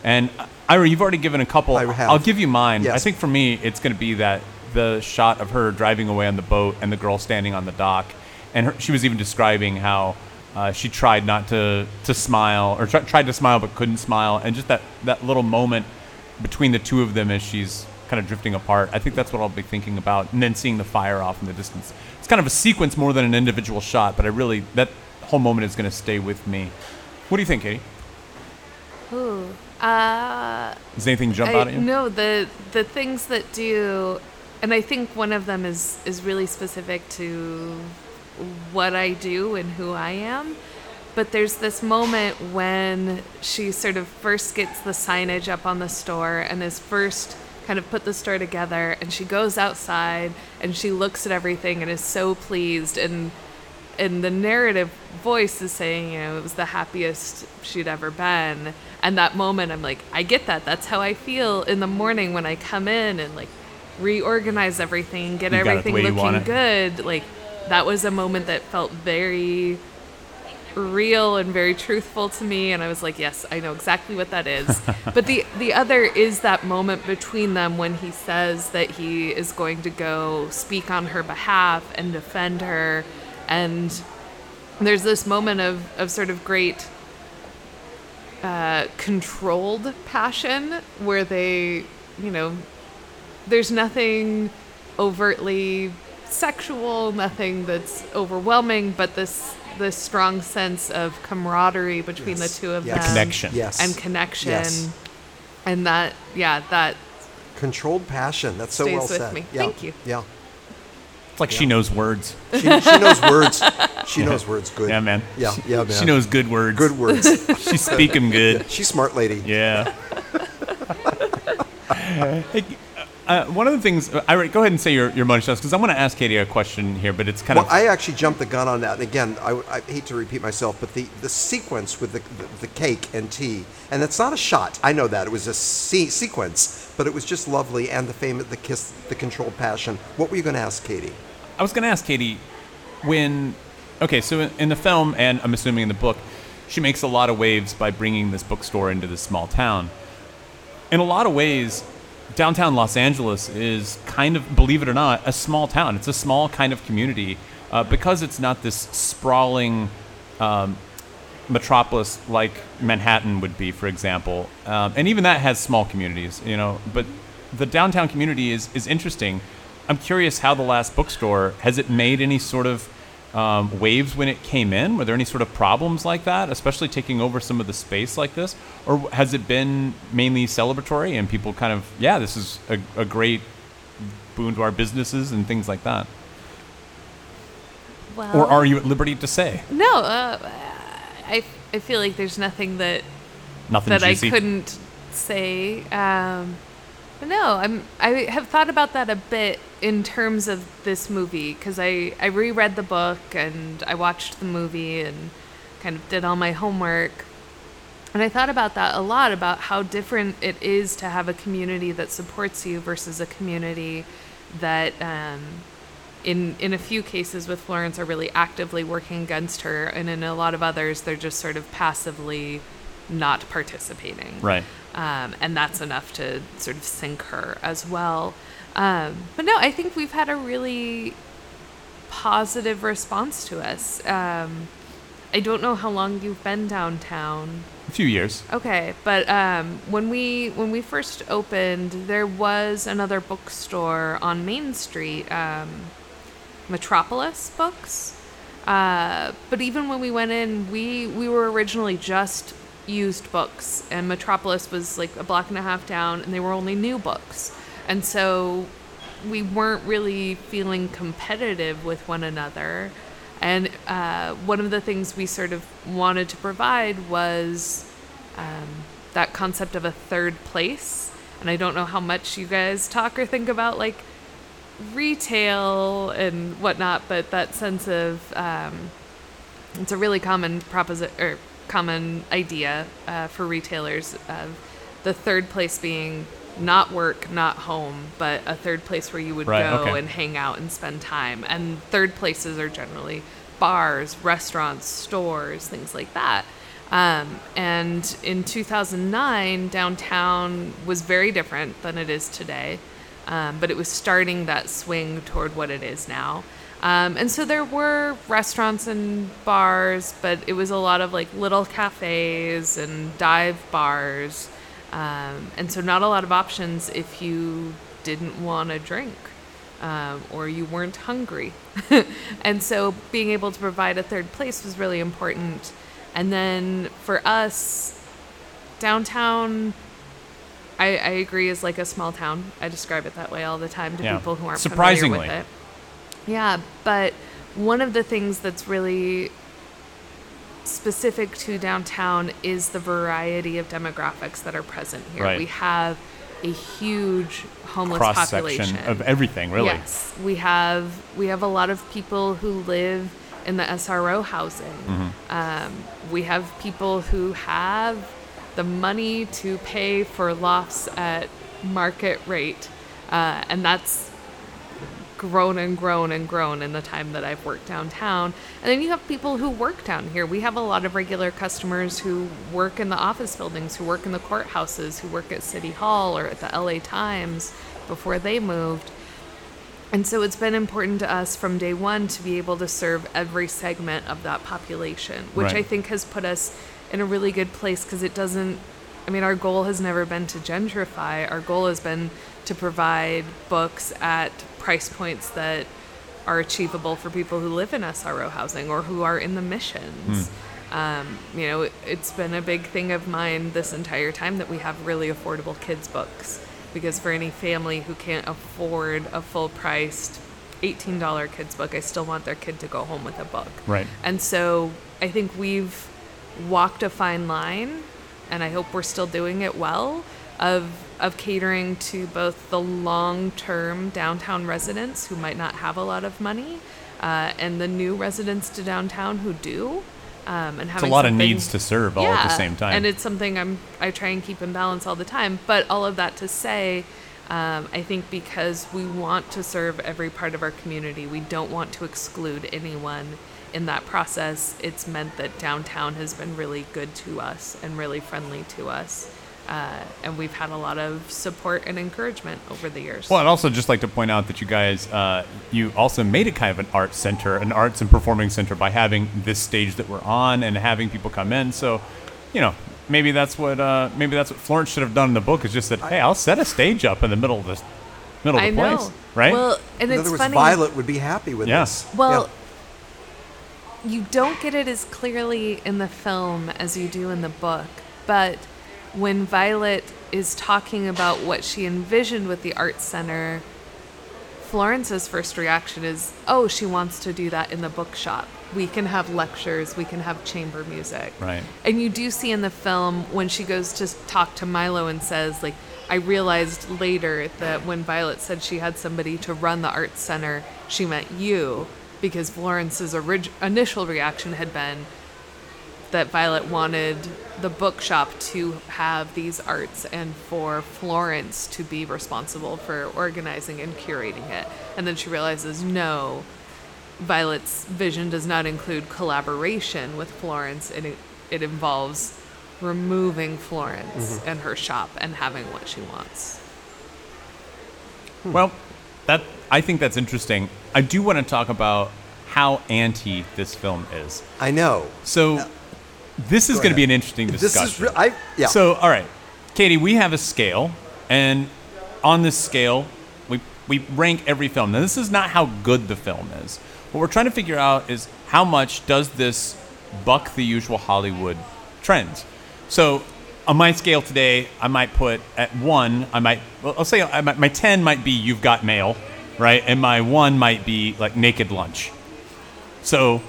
And uh, Ira, you've already given a couple. I have. I'll give you mine. Yes. I think for me, it's going to be that the shot of her driving away on the boat and the girl standing on the dock, and her, she was even describing how. Uh, she tried not to, to smile, or tr- tried to smile but couldn't smile, and just that, that little moment between the two of them as she's kind of drifting apart. I think that's what I'll be thinking about, and then seeing the fire off in the distance. It's kind of a sequence more than an individual shot, but I really that whole moment is going to stay with me. What do you think, Katie? Ooh. Uh, Does anything jump out I, at you? no, the the things that do, and I think one of them is is really specific to what I do and who I am. But there's this moment when she sort of first gets the signage up on the store and is first kind of put the store together, and she goes outside and she looks at everything and is so pleased and and the narrative voice is saying, you know, it was the happiest she'd ever been. And that moment, I'm like, I get that. That's how I feel in the morning when I come in and like reorganize everything, and get You got it the everything way you want looking it. good. Like, that was a moment that felt very real and very truthful to me and I was like, "Yes, I know exactly what that is." but the the other is that moment between them when he says that he is going to go speak on her behalf and defend her and there's this moment of of sort of great uh, controlled passion where they, you know, there's nothing overtly sexual, nothing that's overwhelming, but this this strong sense of camaraderie between Yes. the two of The them, Connection. Yes, and connection, Yes. and that yeah that controlled passion. That's so Stays well with said. me. Yeah. Thank you. Yeah, It's like she knows words. she, she knows words. She knows words. Good. Yeah, man. Yeah, She- yeah, man. She knows good words. good words. She's speaking good. She's a smart lady. Yeah. Hey, uh, one of the things, uh, Ira, go ahead and say your, your money shots because I'm going to ask Katie a question here, but it's kind Well, of I actually jumped the gun on that. And again, I, I hate to repeat myself, but the, the sequence with the, the, the cake and tea, and it's not a shot. I know that it was a se- sequence, but it was just lovely. And the famous the kiss, the controlled passion. What were you going to ask, Katie? I was going to ask Katie when. Okay, so in- in the film, and I'm assuming in the book, she makes a lot of waves by bringing this bookstore into this small town. In a lot of ways, downtown Los Angeles is kind of, believe it or not, a small town. It's a small kind of community uh, because it's not this sprawling um, metropolis like Manhattan would be, for example. Um, and even that has small communities, you know. But the downtown community is, is interesting. I'm curious how the last bookstore has it made any sort of um, waves when it came in? Were there any sort of problems like that, especially taking over some of the space like this? Or has it been mainly celebratory and people kind of, yeah, this is a, a great boon to our businesses and things like that? well Or are you at liberty to say no uh, I I feel like there's nothing that nothing that juicy? I couldn't say. Um, But no, I'm I have thought about that a bit in terms of this movie because I I reread the book and I watched the movie and kind of did all my homework. And I thought about that a lot about how different it is to have a community that supports you versus a community that, um, in in a few cases with Florence, are really actively working against her, and in a lot of others, they're just sort of passively not participating Right. um, and that's enough to sort of sink her as well. Um, but no, I think we've had a really positive response to us. Um, I don't know how long you've been downtown. A few years. Okay, but um, when we when we first opened, there was another bookstore on Main Street, um, Metropolis Books. Uh, but even when we went in, we we were originally just used books, and Metropolis was like a block and a half down, and they were only new books, and so we weren't really feeling competitive with one another. And uh, one of the things we sort of wanted to provide was um, that concept of a third place. And I don't know how much you guys talk or think about like retail and whatnot, but that sense of um, it's a really common proposi- or common idea uh, for retailers of the third place being not work, not home, but a third place where you would Right, go okay. and hang out and spend time. And third places are generally bars, restaurants, stores, things like that. Um, and in 2009, downtown was very different than it is today, um, but it was starting that swing toward what it is now. Um, and so there were restaurants and bars, but it was a lot of like little cafes and dive bars. Um, and so not a lot of options if you didn't want a drink um, or you weren't hungry. and so being able to provide a third place was really important. And then for us, downtown, I, I agree, is like a small town. I describe it that way all the time to Yeah. people who aren't Surprisingly. familiar with it. Yeah, but one of the things that's really specific to downtown is the variety of demographics that are present here. Right. We have a huge homeless Cross population section of everything, really. Yes, we have we have a lot of people who live in the SRO housing. Um, we have people who have the money to pay for lofts at market rate, uh, and that's grown and grown and grown in the time that I've worked downtown. And then you have people who work down here. We have a lot of regular customers who work in the office buildings, who work in the courthouses, who work at City Hall or at the LA Times before they moved. And so it's been important to us from day one to be able to serve every segment of that population, which Right. I think has put us in a really good place because it doesn't. I mean, our goal has never been to gentrify. Our goal has been to provide books at price points that are achievable for people who live in SRO housing or who are in the missions. Um, you know, it, it's been a big thing of mine this entire time that we have really affordable kids' books because for any family who can't afford a full priced $18 kids book, I still want their kid to go home with a book. Right. And so I think we've walked a fine line, and I hope we're still doing it well, of, of catering to both the long term downtown residents who might not have a lot of money uh, and the new residents to downtown who do. Um, and It's a having lot of something- needs to serve all at the same time. and it's something I'm I try and keep in balance all the time. But all of that to say, um, I think because we want to serve every part of our community, we don't want to exclude anyone in that process. It's meant that downtown has been really good to us and really friendly to us. Uh, and we've had a lot of support and encouragement over the years. Well, I'd also just like to point out that you guys, uh, you also made it kind of an art center, an arts and performing center by having this stage that we're on and having people come in. So, you know, maybe that's what uh, maybe that's what Florence should have done in the book is just that. hey, I'll set a stage up in the middle of this middle I of the know. place, right? Well, In and it's other words, funny. Violet would be happy with Yeah. this. Well, Yeah. you don't get it as clearly in the film as you do in the book, but when Violet is talking about what she envisioned with the art center, Florence's first reaction is, "Oh, she wants to do that in the bookshop. We can have lectures, we can have chamber music." Right. And you do see in the film when she goes to s- talk to Milo and says like, I realized later that when Violet said she had somebody to run the arts center, she meant you, because Florence's orig- initial reaction had been that Violet wanted the bookshop to have these arts and for Florence to be responsible for organizing and curating it. And then she realizes, no, Violet's vision does not include collaboration with Florence. It, it involves removing Florence and her shop and having what she wants. Hmm. Well, that I think that's interesting. I do want to talk about how anti this film is. I know. So this is Go going to be ahead. an interesting This is discussion. re- I- yeah. So all right, Katie, we have a scale, and on this scale, we we rank every film. Now this is not how good the film is. What we're trying to figure out is how much does this buck the usual Hollywood trends. So on my scale today, I might put at one. I might well, I'll say I might, my ten might be You've Got Mail, right, and my one might be like Naked Lunch. So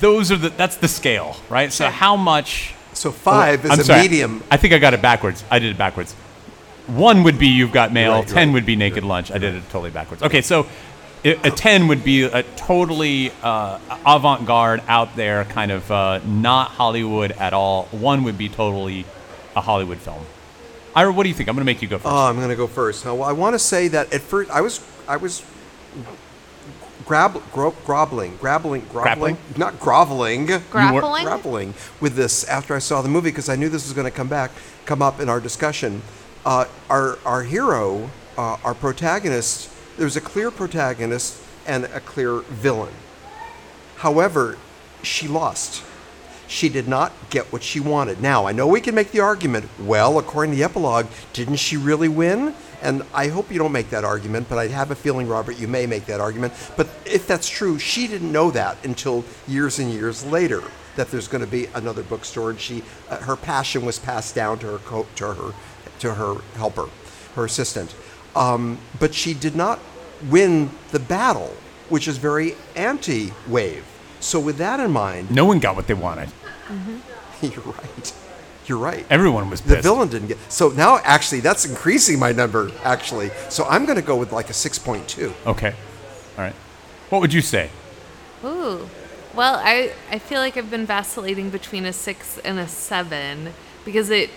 those are the that's the scale, right? So how much So five oh, I'm is a sorry, medium. I think I got it backwards. I did it backwards. One would be you've got mail. You're right, you're ten right. would be naked lunch. I did it totally backwards. Okay, so i- a ten would be a totally uh, avant-garde, out there kind of uh, not Hollywood at all. One would be totally a Hollywood film. Ira, what do you think? I'm going to make you go first. Oh, I'm going to go first. Now, well, I want to say that at first I was I was grab gro- groveling, grabbling, groveling, Grappling? not groveling, Grappling? grappling with this after I saw the movie because I knew this was going to come back, come up in our discussion. Uh, our our hero, uh, our protagonist. There's a clear protagonist and a clear villain. However, she lost. She did not get what she wanted. Now, I know we can make the argument, well, according to the epilogue, didn't she really win? And I hope you don't make that argument, but I have a feeling, Robert, you may make that argument. But if that's true, she didn't know that until years and years later that there's going to be another bookstore, and she, uh, her passion was passed down to her, co- to her, to her helper, her assistant. Um, but she did not win the battle, which is very anti-wave. So with that in mind, no one got what they wanted. you're right. You're right. Everyone was the pissed. villain didn't get. So now, actually, that's increasing my number, actually. So I'm going to go with like a 6.2. Okay, all right. What would you say? Ooh. Well, I, I feel like I've been vacillating between a six and a seven because it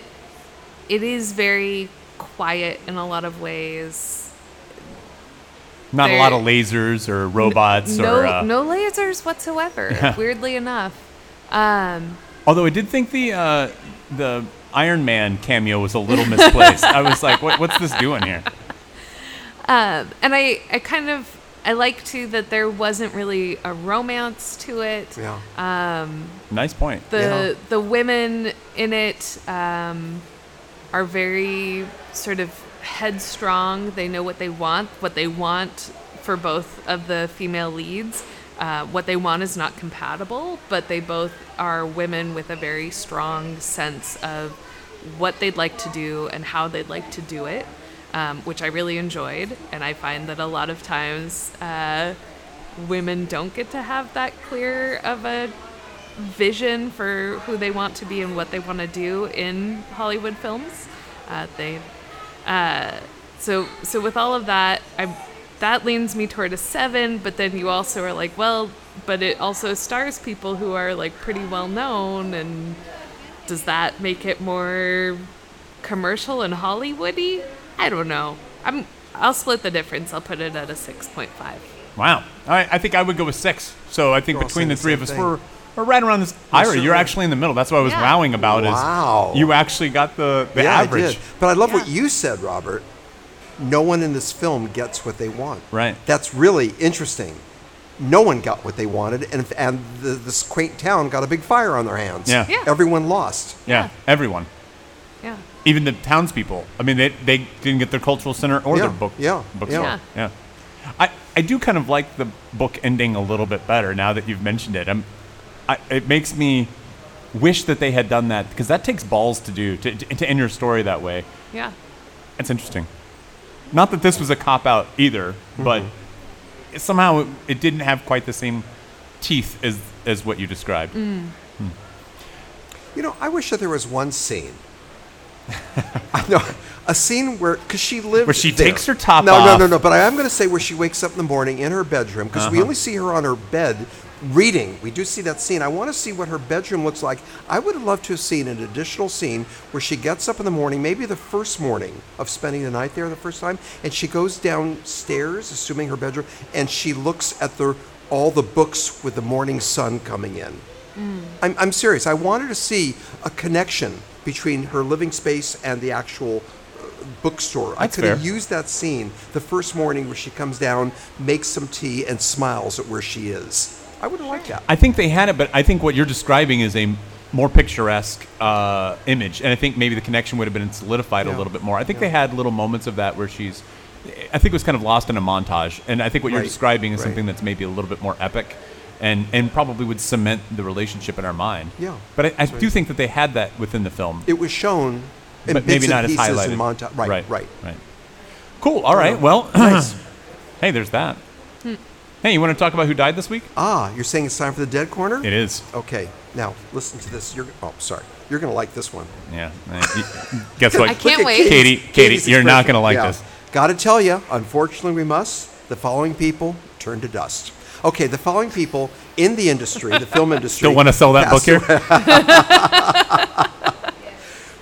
it is very quiet in a lot of ways. Not a There- lot of lasers or robots no or uh, no lasers whatsoever. Weirdly enough. Um, Although I did think the uh, the Iron Man cameo was a little misplaced. I was like, what, what's this doing here? um, and I, I kind of I like too that there wasn't really a romance to it. Yeah. Uh, Nice point. the the women in it um, are very sort of headstrong. They know what they want. What they want for both of the female leads, uh, what they want is not compatible. But they both are women with a very strong sense of what they'd like to do and how they'd like to do it, um, which I really enjoyed. And I find that a lot of times. Uh, Women don't get to have that clear of a vision for who they want to be and what they want to do in Hollywood films. Uh, they, uh, so so with all of that, I that leans me toward a seven. But then you also are like, well, but it also stars people who are like pretty well known, and does that make it more commercial and Hollywoody? I don't know. I'm I'll split the difference. I'll put it at a six point five. Wow. All right, I think I would go with six. So I think We're all between saying the the three of same us, thing. we're, we're right around this. Ira, you're certainly. actually in the middle. That's what I was Yeah. wowing about. Wow. Is you actually got the, the yeah, average. I did. But I love what you said, Robert. No one in this film gets what they want. Right. That's really interesting. No one got what they wanted, and, and the, this quaint town got a big fire on their hands. Yeah. Yeah. Everyone lost. Yeah, Yeah. everyone. Yeah. Even the townspeople. I mean, they, they didn't get their cultural center or Yeah, their book. yeah, bookstore. yeah. Yeah. I, I do kind of like the book ending a little bit better now that you've mentioned it. I'm, I, it makes me wish that they had done that because that takes balls to do to, to, to end your story that way. Yeah. That's interesting. Not that this was a cop out either, Mm-hmm. but it- somehow it, it didn't have quite the same teeth as as what you described. You know, I wish that there was one scene I know a scene where because she lives Where she there. takes her top no, No, off. no, no, But I am going to say where she wakes up in the morning in her bedroom because Uh-huh. we only see her on her bed reading. We do see that scene. I want to see what her bedroom looks like. I would have loved to have seen an additional scene where she gets up in the morning, maybe the first morning of spending the night there the first time, and she goes downstairs, assuming her bedroom, and she looks at the all the books with the morning sun coming in. I'm, I'm serious. I wanted to see a connection between her living space and the actual uh, bookstore. I That's could have fair. used that scene the first morning where she comes down, makes some tea, and smiles at where she is. I would have liked that. I think they had it, but I think what you're describing is a more picturesque uh, image, and I think maybe the connection would have been solidified a Yeah. little bit more. I think Yeah. they had little moments of that where she's, I think it was kind of lost in a montage, and I think what you're Right. describing is Right. something that's maybe a little bit more epic, and and probably would cement the relationship in our mind. Yeah. but I, I do think that they had that within the film, It was shown in but bits maybe and not as pieces highlighted. in monta- right, right, right, right. Cool. All right. Well, Nice. hey, there's that. Hey, you want to talk about who died this week? Ah, you're saying it's time for the dead corner? It is. Okay, now listen to this. You're oh, sorry. You're gonna like this one. Yeah. You- Guess what? I can't Look at wait. Katie's- Katie, Katie, Katie's you're not gonna expression. like this. Gotta tell you, unfortunately, we must. The following people turn to dust. Okay, the following people in the industry, the film industry. Don't want to sell that book passed here.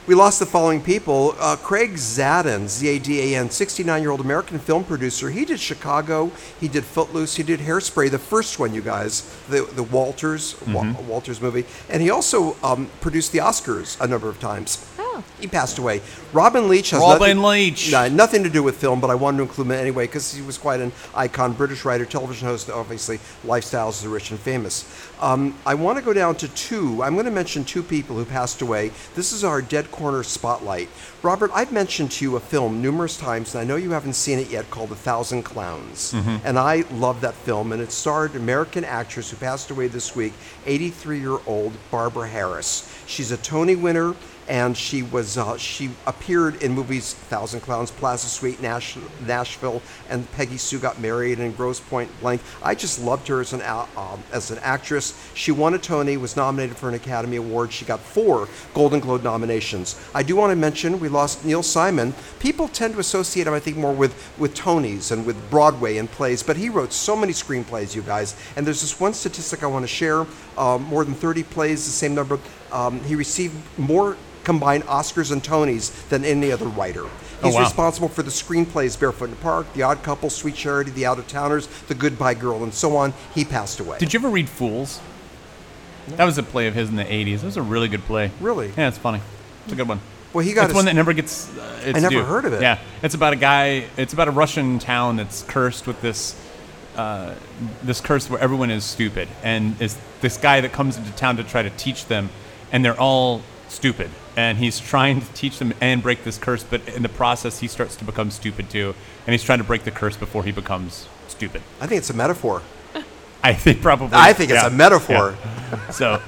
We lost the following people. Uh, Craig Zadan, Z A D A N, 69 year old American film producer. He did Chicago, he did Footloose, he did Hairspray, the first one, you guys, the, the Walters, Wa- Mm-hmm. Walters movie. And he also um, produced the Oscars a number of times. Oh. He passed away. Robin Leach has Robin nothing, Leach. No, nothing to do with film, but I wanted to include him anyway because he was quite an icon, British writer, television host, obviously, lifestyles of the rich and famous. Um, I want to go down to two. I'm going to mention two people who passed away. This is our Dead Corner Spotlight. Robert, I've mentioned to you a film numerous times, and I know you haven't seen it yet, called The Thousand Clowns. And I love that film, and it starred American actress who passed away this week, 83 year old Barbara Harris. She's a Tony winner and she was uh, she appeared in movies Thousand Clowns, Plaza Suite, Nash- Nashville, and Peggy Sue Got Married, and Gross Point Blank. I just loved her as an a- um, as an actress. She won a Tony, was nominated for an Academy Award. She got four Golden Globe nominations. I do want to mention we lost Neil Simon. People tend to associate him, I think, more with with Tonys and with Broadway and plays, but he wrote so many screenplays, you guys. And there's this one statistic I want to share: um, more than 30 plays, the same number. Um, he received more combined Oscars and Tonys than any other writer. Oh, He's wow. responsible for the screenplays Barefoot in the Park, The Odd Couple, Sweet Charity, The Out of Towners, The Goodbye Girl, and so on. He passed away. Did you ever read Fools? That was a play of his in the '80s. It was a really good play. Really? Yeah, it's funny. It's a good one. Well, he got it's his- one that never gets. Uh, it's never heard of it. Yeah, it's about a guy. It's about a Russian town that's cursed with this, uh, this curse where everyone is stupid, and it's this guy that comes into town to try to teach them, and they're all stupid, and he's trying to teach them and break this curse, but in the process he starts to become stupid too, and he's trying to break the curse before he becomes stupid. I think it's a metaphor. I think probably. I think it's yeah, a metaphor. yeah. So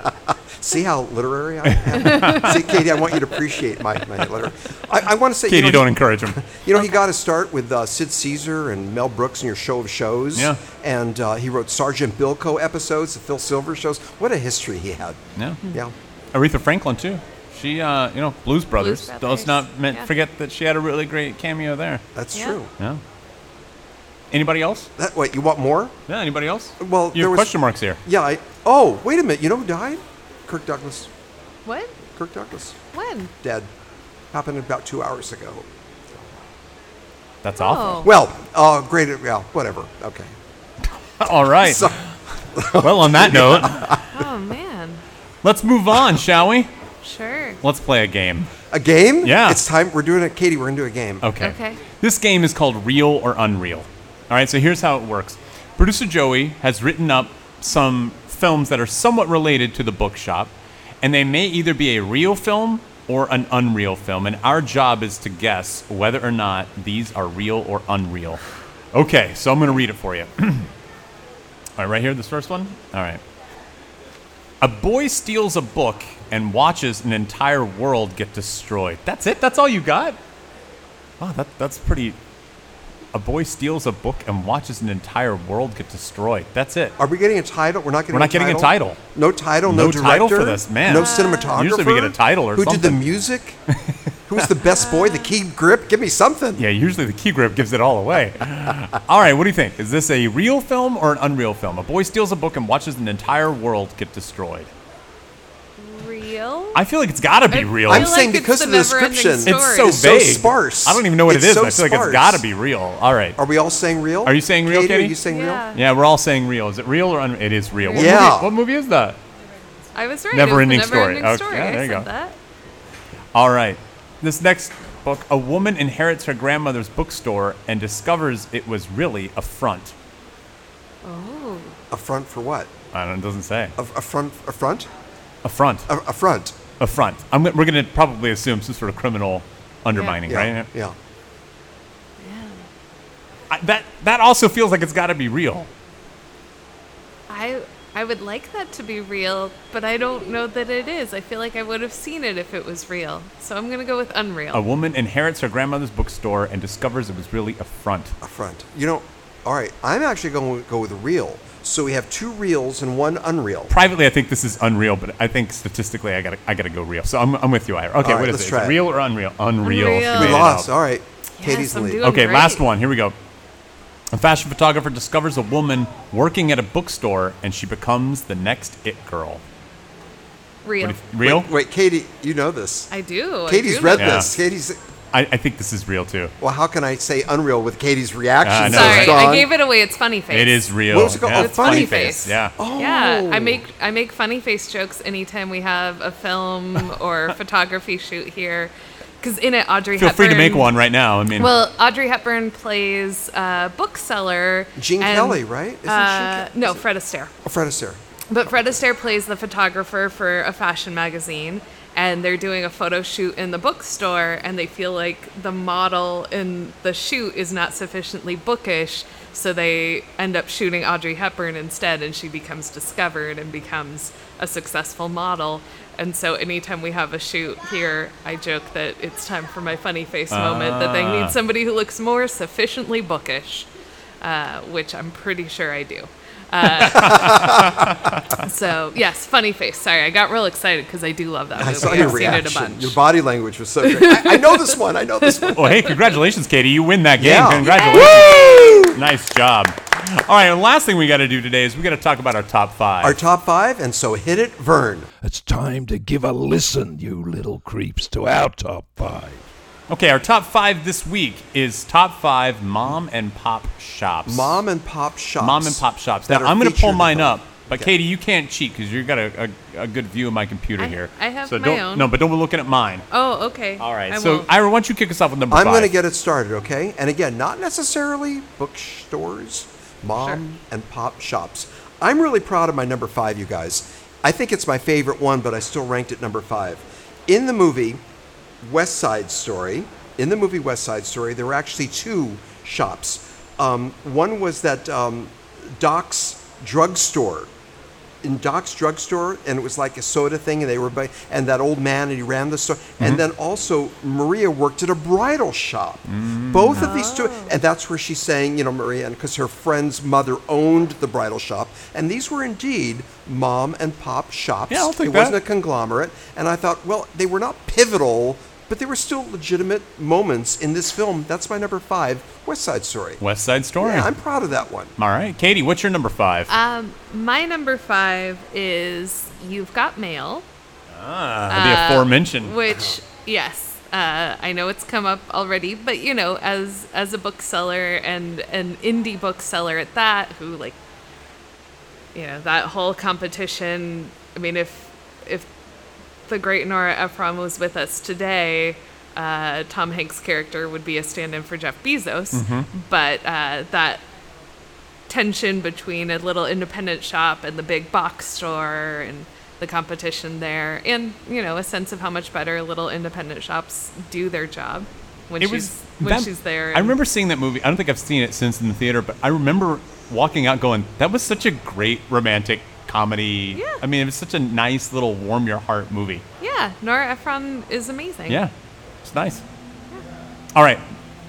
See how literary I am? See, Katie, I want you to appreciate my, my letter. I, I want to say, Katie, you know, don't encourage him. You know, he got his start with uh, Sid Caesar and Mel Brooks in your show of shows. Yeah. And uh, he wrote Sergeant Bilko episodes, the Phil Silver shows. What a history he had. Yeah. Yeah. Aretha Franklin too. She, uh, you know, Blues Brothers. Let's Brothers, not meant, yeah. forget that she had a really great cameo there. That's Yeah. true. Yeah. Anybody else? That, wait, you want more? Yeah. Anybody else? Well, you Uh, there have was- question marks here. Yeah. I, oh, wait a minute. You know who died? Kirk Douglas. What? Kirk Douglas. When? Dead. Happened about two hours ago. That's Oh. awful. Well, uh, great. Yeah, whatever. Okay. All right. So, well, on that note, Oh man. let's move on, shall we? Sure. Let's play a game. a game? Yeah. It's time. We're doing it. Katie, we're into a game. Okay. Okay. This game is called Real or Unreal. All right, so here's how it works. Producer Joey has written up some films that are somewhat related to the bookshop, and they may either be a real film or an unreal film, and our job is to guess whether or not these are real or unreal. Okay, so I'm going to read it for you. All right, right here, this first one. All right. A boy steals a book and watches an entire world get destroyed. That's it? That's all you got? Wow, that, that's pretty. A boy steals a book and watches an entire world get destroyed. That's it. Are we getting a title? We're not getting. We're not getting a title. No title. No, No title for director? this, man. No Uh, cinematographer. usually we get a title or Who did the something. music? Who Who's the best boy? The key grip? Give me something. Yeah, usually the key grip gives it all away. all right, what do you think? Is this a real film or an unreal film? A boy steals a book and watches an entire world get destroyed. Real? I feel like it's got to be I- real. I I'm feel saying like it's because the of the never-ending description. story. it's so It's so vague. sparse. I don't even know what It's it is, so but I feel like it's sparse. got to be real. All right. Are we all saying real? Are you saying real, Are Katie? you saying Yeah. real? Yeah, we're all saying real. Is it real or unreal? It is real. What Yeah. Movie, what movie is that? I was right. It Never was ending the story. never-ending Okay, story. yeah, there I you said go. that. All right. This next book, a woman inherits her grandmother's bookstore and discovers it was really a front. Oh. A front for what? I don't. It doesn't say A, a front? A front? a front. A, a front. A front. I'm, go- we're going to probably assume some sort of criminal undermining, Yeah. right? Yeah. I, that that also feels like it's got to be real. I I would like that to be real, but I don't know that it is. I feel like I would have seen it if it was real. So I'm gonna go with unreal. A woman inherits her grandmother's bookstore and discovers it was really a front. A front. You know, all right. I'm actually going to go with real. So we have two reals and one unreal. Privately, I think this is unreal, but I think statistically, I gotta I gotta go real. So I'm, I'm with you, Ira. Okay, right, what is let's it? Is try it it. real or unreal? Unreal. Unreal. She We made We it lost. up. All right. Yes, Katie's in I'm the lead. doing- Okay, Great. last one. Here we go. A fashion photographer discovers a woman working at a bookstore, and she becomes the next it girl. real. What if- real? Wait, wait, Katie, you know this. I do. I Katie's do read know. Yeah. this. Katie's. I, I think this is real too. Well, how can I say unreal with Katie's reaction? I know, Sorry, right? I gave it away. It's funny face. It is real. What was it called? Yeah, Oh, it's Funny Face. Yeah. Oh. Yeah, I make I make funny face jokes anytime we have a film or photography shoot here, because in it Audrey Feel Hepburn, free to make one right now. I mean, Well, Audrey Hepburn plays a bookseller. Gene and, Kelly, right? Isn't she uh, Ke- no, is it- Fred Astaire. Oh, Fred Astaire. But Fred Astaire plays the photographer for a fashion magazine, and they're doing a photo shoot in the bookstore, and they feel like the model in the shoot is not sufficiently bookish, so they end up shooting Audrey Hepburn instead, and she becomes discovered and becomes a successful model. And so, anytime we have a shoot here, I joke that it's time for my funny face moment, that they Ah. need somebody who looks more sufficiently bookish, uh, which I'm pretty sure I do. Uh, So yes, funny face. Sorry, I got real excited because I do love that movie. I saw have your seen reaction. it a bunch. Your body language was so great. I, I know this one. I know this one. oh, hey, congratulations, Katie. You win that game. Yeah. Congratulations. Nice job. All right, and last thing we got to do today is we got to talk about our top five. Our top five, and so hit it, Vern. It's time to give a listen, you little creeps, to our top five. okay, our top five this week is top five mom and pop shops. Mom and pop shops. Mom and pop shops. that Now are I'm going to featured pull in mine the- up, but Katie, you can't cheat because you've got a, a, a good view of my computer I- here. I have so my don't, own. No, but don't be looking at mine. Oh, okay. All right. I so won't. Ira, why don't you kick us off with number I'm five? going to get it started, okay? And again, not necessarily bookstores, mom and pop shops. I'm really proud of my number five, you guys. I think it's my favorite one, but I still ranked it number five. In the movie West Side Story, in the movie West Side Story, there were actually two shops. Um, one was that um, Doc's drugstore in Doc's drugstore, and it was like a soda thing, and they were by, and that old man, and he ran the store. Mm-hmm. And then also Maria worked at a bridal shop. Mm. Both of these two, and that's where she sang, you know, Maria, because her friend's mother owned the bridal shop, and these were indeed mom and pop shops. Yeah, I'll take it wasn't that. a conglomerate, and I thought, well, they were not pivotal, but they were still legitimate moments in this film. That's my number five, West Side Story. West Side Story. Yeah, I'm proud of that one. All right, Katie, what's your number five? um, my number five is "You've Got Mail," uh, ah, the aforementioned. which yes, uh, I know it's come up already, but you know, as as a bookseller and an indie bookseller at that, who like, you know, that whole competition. I mean, if if the great Nora Ephron was with us today, uh, Tom Hanks' character would be a stand-in for Jeff Bezos, Mm-hmm. but uh, that tension between a little independent shop and the big box store and the competition there, and you know a sense of how much better little independent shops do their job when it she's was when that- she's there. I and- remember seeing that movie. I don't think I've seen it since in the theater, but I remember walking out going, "That was such a great romantic comedy." Yeah. I mean, it was such a nice little warm your heart movie. Yeah, Nora Ephron is amazing. Yeah, it's nice. All right,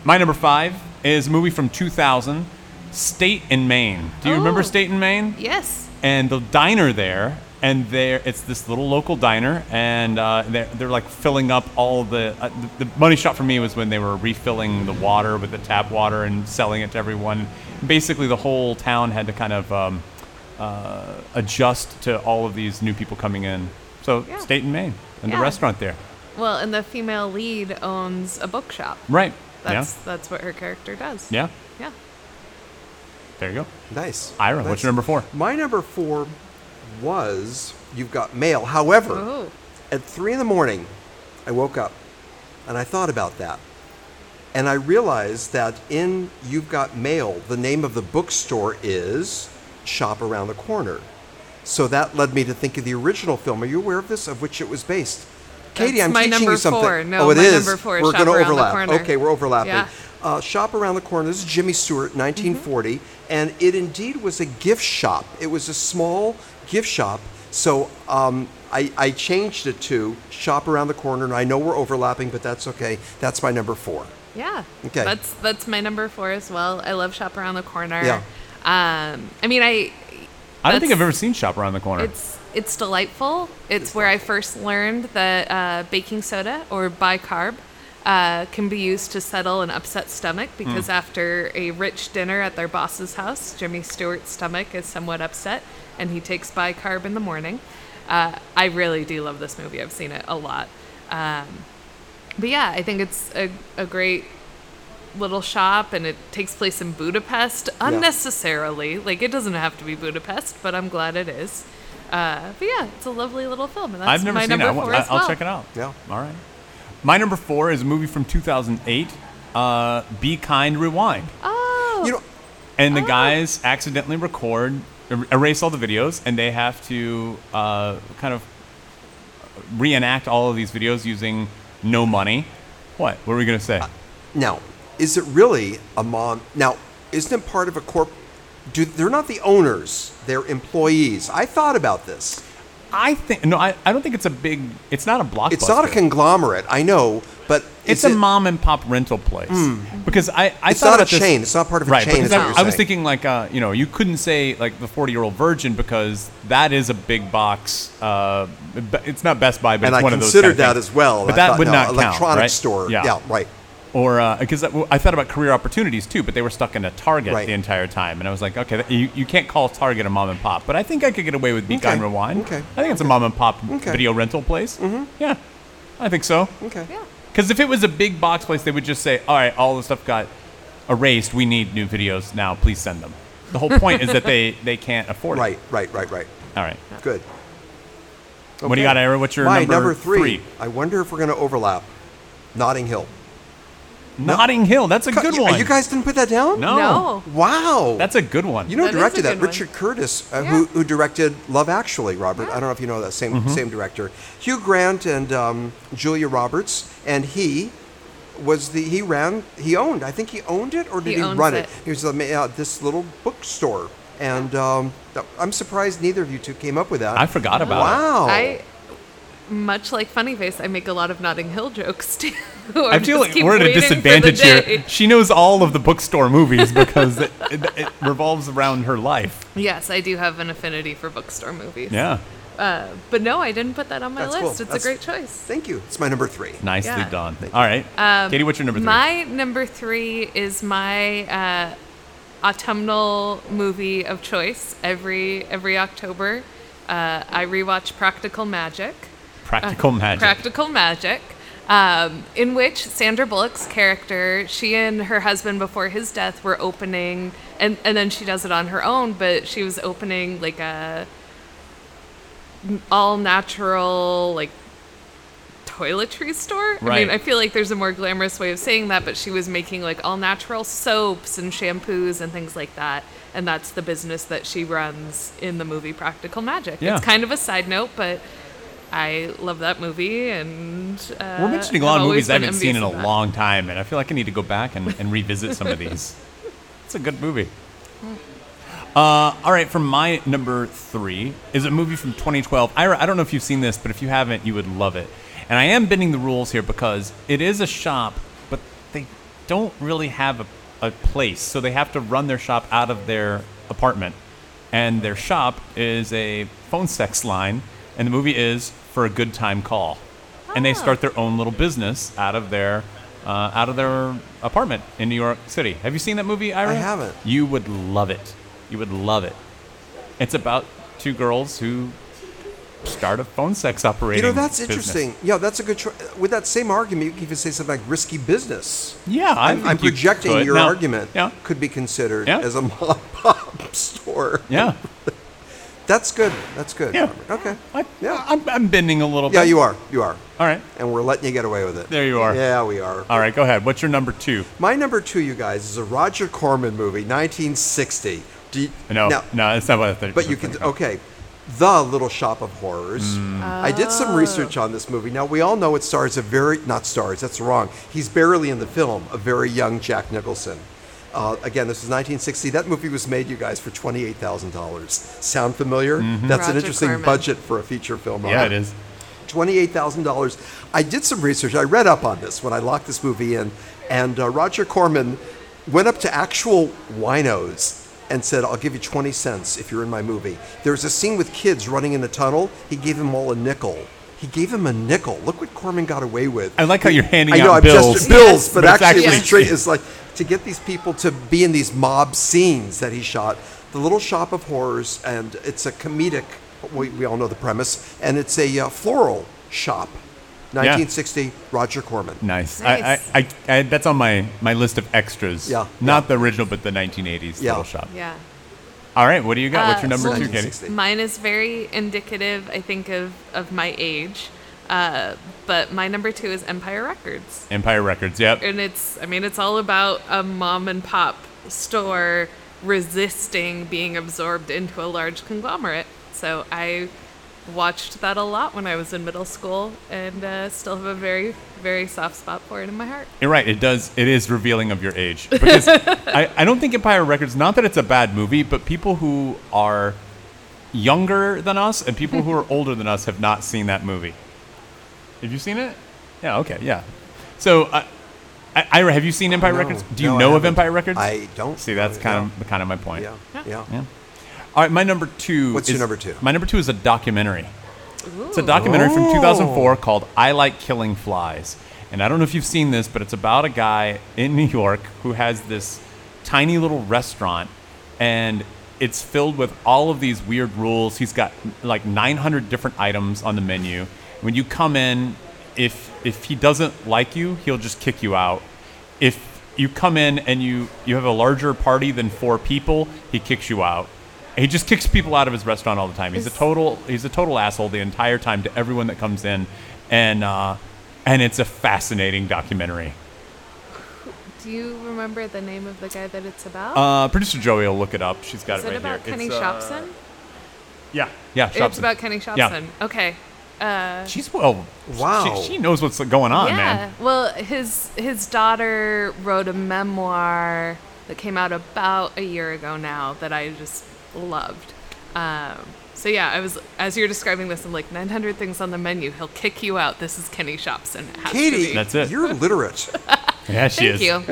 my number five is a movie from 2000, State in Maine. Do you remember Oh. State in Maine? Yes. And the diner there and there it's this little local diner, and uh, they're, they're like filling up all the, uh, the the money shot for me was when they were refilling the water with the tap water and selling it to everyone. Basically, the whole town had to kind of um, uh, adjust to all of these new people coming in. So Yeah. state and Maine and the Yeah. restaurant there, Well, and the female lead owns a bookshop. right? That's that's what her character does. yeah, yeah. Yeah. There you go. Nice. Ira, nice. what's your number four? My number four was you've got mail. However, Oh. at three in the morning, I woke up and I thought about that. And I realized that in You've Got Mail, the name of the bookstore is Shop Around the Corner. So that led me to think of the original film. Are you aware of this? Of which it was based? Katie, That's I'm my teaching number you something. four. No, oh, it my is. number four is we're Shop gonna Around the overlap. Corner. Okay, we're overlapping. Yeah. Uh, shop Around the Corner. This is Jimmy Stewart, 1940, and it indeed was a gift shop. It was a small gift shop. So um, I, I changed it to Shop Around the Corner, and I know we're overlapping, but that's okay. That's my number four. Yeah. Okay. That's that's my number four as well. I love shop around the corner. Yeah. Um, I mean, I I don't think I've That's- ever seen Shop Around the Corner. it's it's delightful. It's where I first learned that uh, baking soda or bicarb uh, can be used to settle an upset stomach because after a rich dinner at their boss's house, Jimmy Stewart's stomach is somewhat upset, and he takes bicarb in the morning. Uh, I really do love this movie. I've seen it a lot. Um, but yeah, I think it's a, a great little shop and it takes place in Budapest unnecessarily. Like it doesn't have to be Budapest, but I'm glad it is. Uh, but yeah, it's a lovely little film, and that's I've never my seen number it. I, four will as well. check it out. Yeah. All right. My number four is a movie from 2008, uh, Be Kind Rewind. Oh, You know, And the guys accidentally record, er- erase all the videos, and they have to uh, kind of reenact all of these videos using no money. What? What were we going to Uh, say? now, is it really a mom? Now, isn't it part of a corp? Do, they're not the owners, they're employees. I thought about this. I think, no, I, I don't think it's a big, it's not a blockbuster. It's not a conglomerate, I know, but It's is a it- Hmm. mom and pop rental place. Because I, I It's thought not a about this- chain. It's not part of a right, chain, because is what I, you're I was saying. thinking like uh, you know you couldn't say like the forty year old virgin because that is a big box. Uh, b- it's not Best Buy, but And it's I one of those. kind considered of that things. as well. But I that thought, would no, not electronic count, right? store. Yeah, yeah, right. Or because that I thought about career opportunities too, but they were stuck in a Target Right. the entire time, and I was like, okay, that- you, you can't call Target a mom and pop, but I think I could get away with Beacon Okay, Rewind. okay, I think it's a mom and pop okay. video rental place. Mm-hmm. Yeah, I think so. Okay. yeah. Because if it was a big box place, they would just say, all right, all the stuff got erased. We need new videos now. Please send them. The whole point is that they, they can't afford Right, it. right, right, right. All right. Good. What do you Okay. got, Ira? What's your My number, three, I wonder if we're going to overlap. Notting Hill. Notting Hill. That's a good You- one. You guys didn't put that down? No. No. Wow. That's a good one. you know who That is a directed that? good one. Richard Curtis, uh, Yeah. who, who directed Love Actually, Robert. I don't know if you know that same Mm-hmm. same director. Hugh Grant and um, Julia Roberts, and he was the he ran he owned. I think he owned it or did He he, owns run it? it. He was the ma- uh, this little bookstore, and um, th- I'm surprised neither of you two came up with that. I forgot about it. wow. I much like Funny Face, I make a lot of Notting Hill jokes too. I feel like we're at a disadvantage here. She knows all of the bookstore movies because it, it, it revolves around her life. Yes, I do have an affinity for bookstore movies. Yeah. Uh, but no, I didn't put that on my That's list. cool. It's That's- a great choice. Thank you. It's my number three. Nicely Yeah. Um, done. All right. Katie, what's your number three? My uh, number three is my uh, autumnal movie of choice. Every every October, uh, I rewatch Practical Magic. Practical Magic. Practical Magic, um, in which Sandra Bullock's character, she and her husband before his death were opening, and and then she does it on her own. But she was opening like a all natural like toiletry store. I Right. mean, I feel like there's a more glamorous way of saying that, but she was making like all natural soaps and shampoos and things like that. And that's the business that she runs in the movie Practical Magic. Yeah. It's kind of a side note, but I love that movie. And uh, We're mentioning a lot I've of always movies I been haven't seen in a envious of that. long time, and I feel like I need to go back and, and revisit some of these. It's a good movie. Uh, all right, for my number three is a movie from 2012. Ira, I don't know if you've seen this, but if you haven't, you would love it. And I am bending the rules here because it is a shop, but they don't really have a, a place, so they have to run their shop out of their apartment. and their shop is a phone sex line, and the movie is for a good time call, and they Oh. start their own little business out of their uh, out of their apartment in New York City. Have you seen that movie, Ira? I haven't. You would love it. You would love it. It's about two girls who start a phone sex You operating. know, that's business. interesting. Yeah, that's a good choice. With that same argument, you can even say something like risky business. Yeah, I I'm, think I'm you projecting could. your Now- argument Yeah, could be considered Yeah. as a mom pop store. yeah. That's good. That's good. Yeah. Robert. Okay. I, Yeah. I'm, I'm bending a little. Yeah, bit. you are. You are. All right. And we're letting you get away with it. There you are. Uh, Yeah, we are. All right, go ahead. What's your number two? My number two, you guys, is a Roger Corman movie, 1960. Do you- No, Now, no, that's not what I think. But you can okay. The Little Shop of Horrors. Mm. I did Ah. some research on this movie. Now we all know it stars a very not stars. That's wrong. He's barely in the film. A very young Jack Nicholson. Uh, again, this was 1960. That movie was made, you guys, for twenty-eight thousand dollars. Sound familiar? That's an Roger interesting Corman. budget for a feature film. Mm-hmm. Yeah, Robert. it is. $28,000. I did some research. I read up on this when I locked this movie in. And uh, Roger Corman went up to actual winos and said, I'll give you 20 cents if you're in my movie. There was a scene with kids running in a tunnel. He gave them all a nickel. He gave them a nickel. Look what Corman got away with. I like how you're handing I know, out I'm bills. Just, bills, but, But it's actually, actually- it's, straight, it's like to get these people to be in these mob scenes that he shot. The Little Shop of Horrors, and it's a comedic. We, we all know the premise, and it's a uh, floral shop. 1960, Roger Corman. Nice. Nice. I, I, I, I, that's on my, my list of extras. Yeah, Not the original, but the 1980s Yeah. Little Shop. Yeah. All right, what do you got? What's your Uh, number two, Katie? 1960. Mine is very indicative, I think, of, of my age. Uh, but my number two is Empire Records. Empire Records. Yep. and it's I mean it's all about a mom and pop store resisting being absorbed into a large conglomerate. So I watched that a lot when I was in middle school, and uh, still have a very very soft spot for it in my heart. You're right. It does. It is revealing of your age because I, I don't think Empire Records. Not that it's a bad movie, but people who are younger than us and people who are older than us have not seen that movie. Have you seen it? Yeah. Okay. Yeah. So, uh, I- Ira, have you seen Empire No, Records? Do you no, I know of haven't. Empire Records? I don't See, that's know, kind of kind of my point. Yeah, yeah. Yeah. All right. My number two. What's your is- number two? My number two is a documentary. It's a documentary from 2004 called I Like Killing Flies. And I don't know if you've seen this, but it's about a guy in New York who has this tiny little restaurant and it's filled with all of these weird rules. He's got like 900 different items on the menu. When you come in, if if he doesn't like you, he'll just kick you out. If you come in and you you have a larger party than 4 people, he kicks you out. He just kicks people out of his restaurant all the time. He's a Is- total he's a total asshole the entire time to everyone that comes in, and uh, and it's a fascinating documentary. Do you remember the name of the guy that it's about? Uh, Producer Joey will look it up. She's got is it it right about here. Kenny It's, uh, Shopson? Yeah, yeah. Shopson. It's about Kenny Shopson. Okay. Uh, She's well. Wow. She, she knows what's going on, yeah. man. Well, his his daughter wrote a memoir that came out about a year ago now that I just loved. Um, so yeah, I was as you're describing this, I'm like 900 things on the menu. He'll kick you out. This is Kenny Shopson. It has to Katie, be. That's it. you're literate. Yeah, she thank is. you.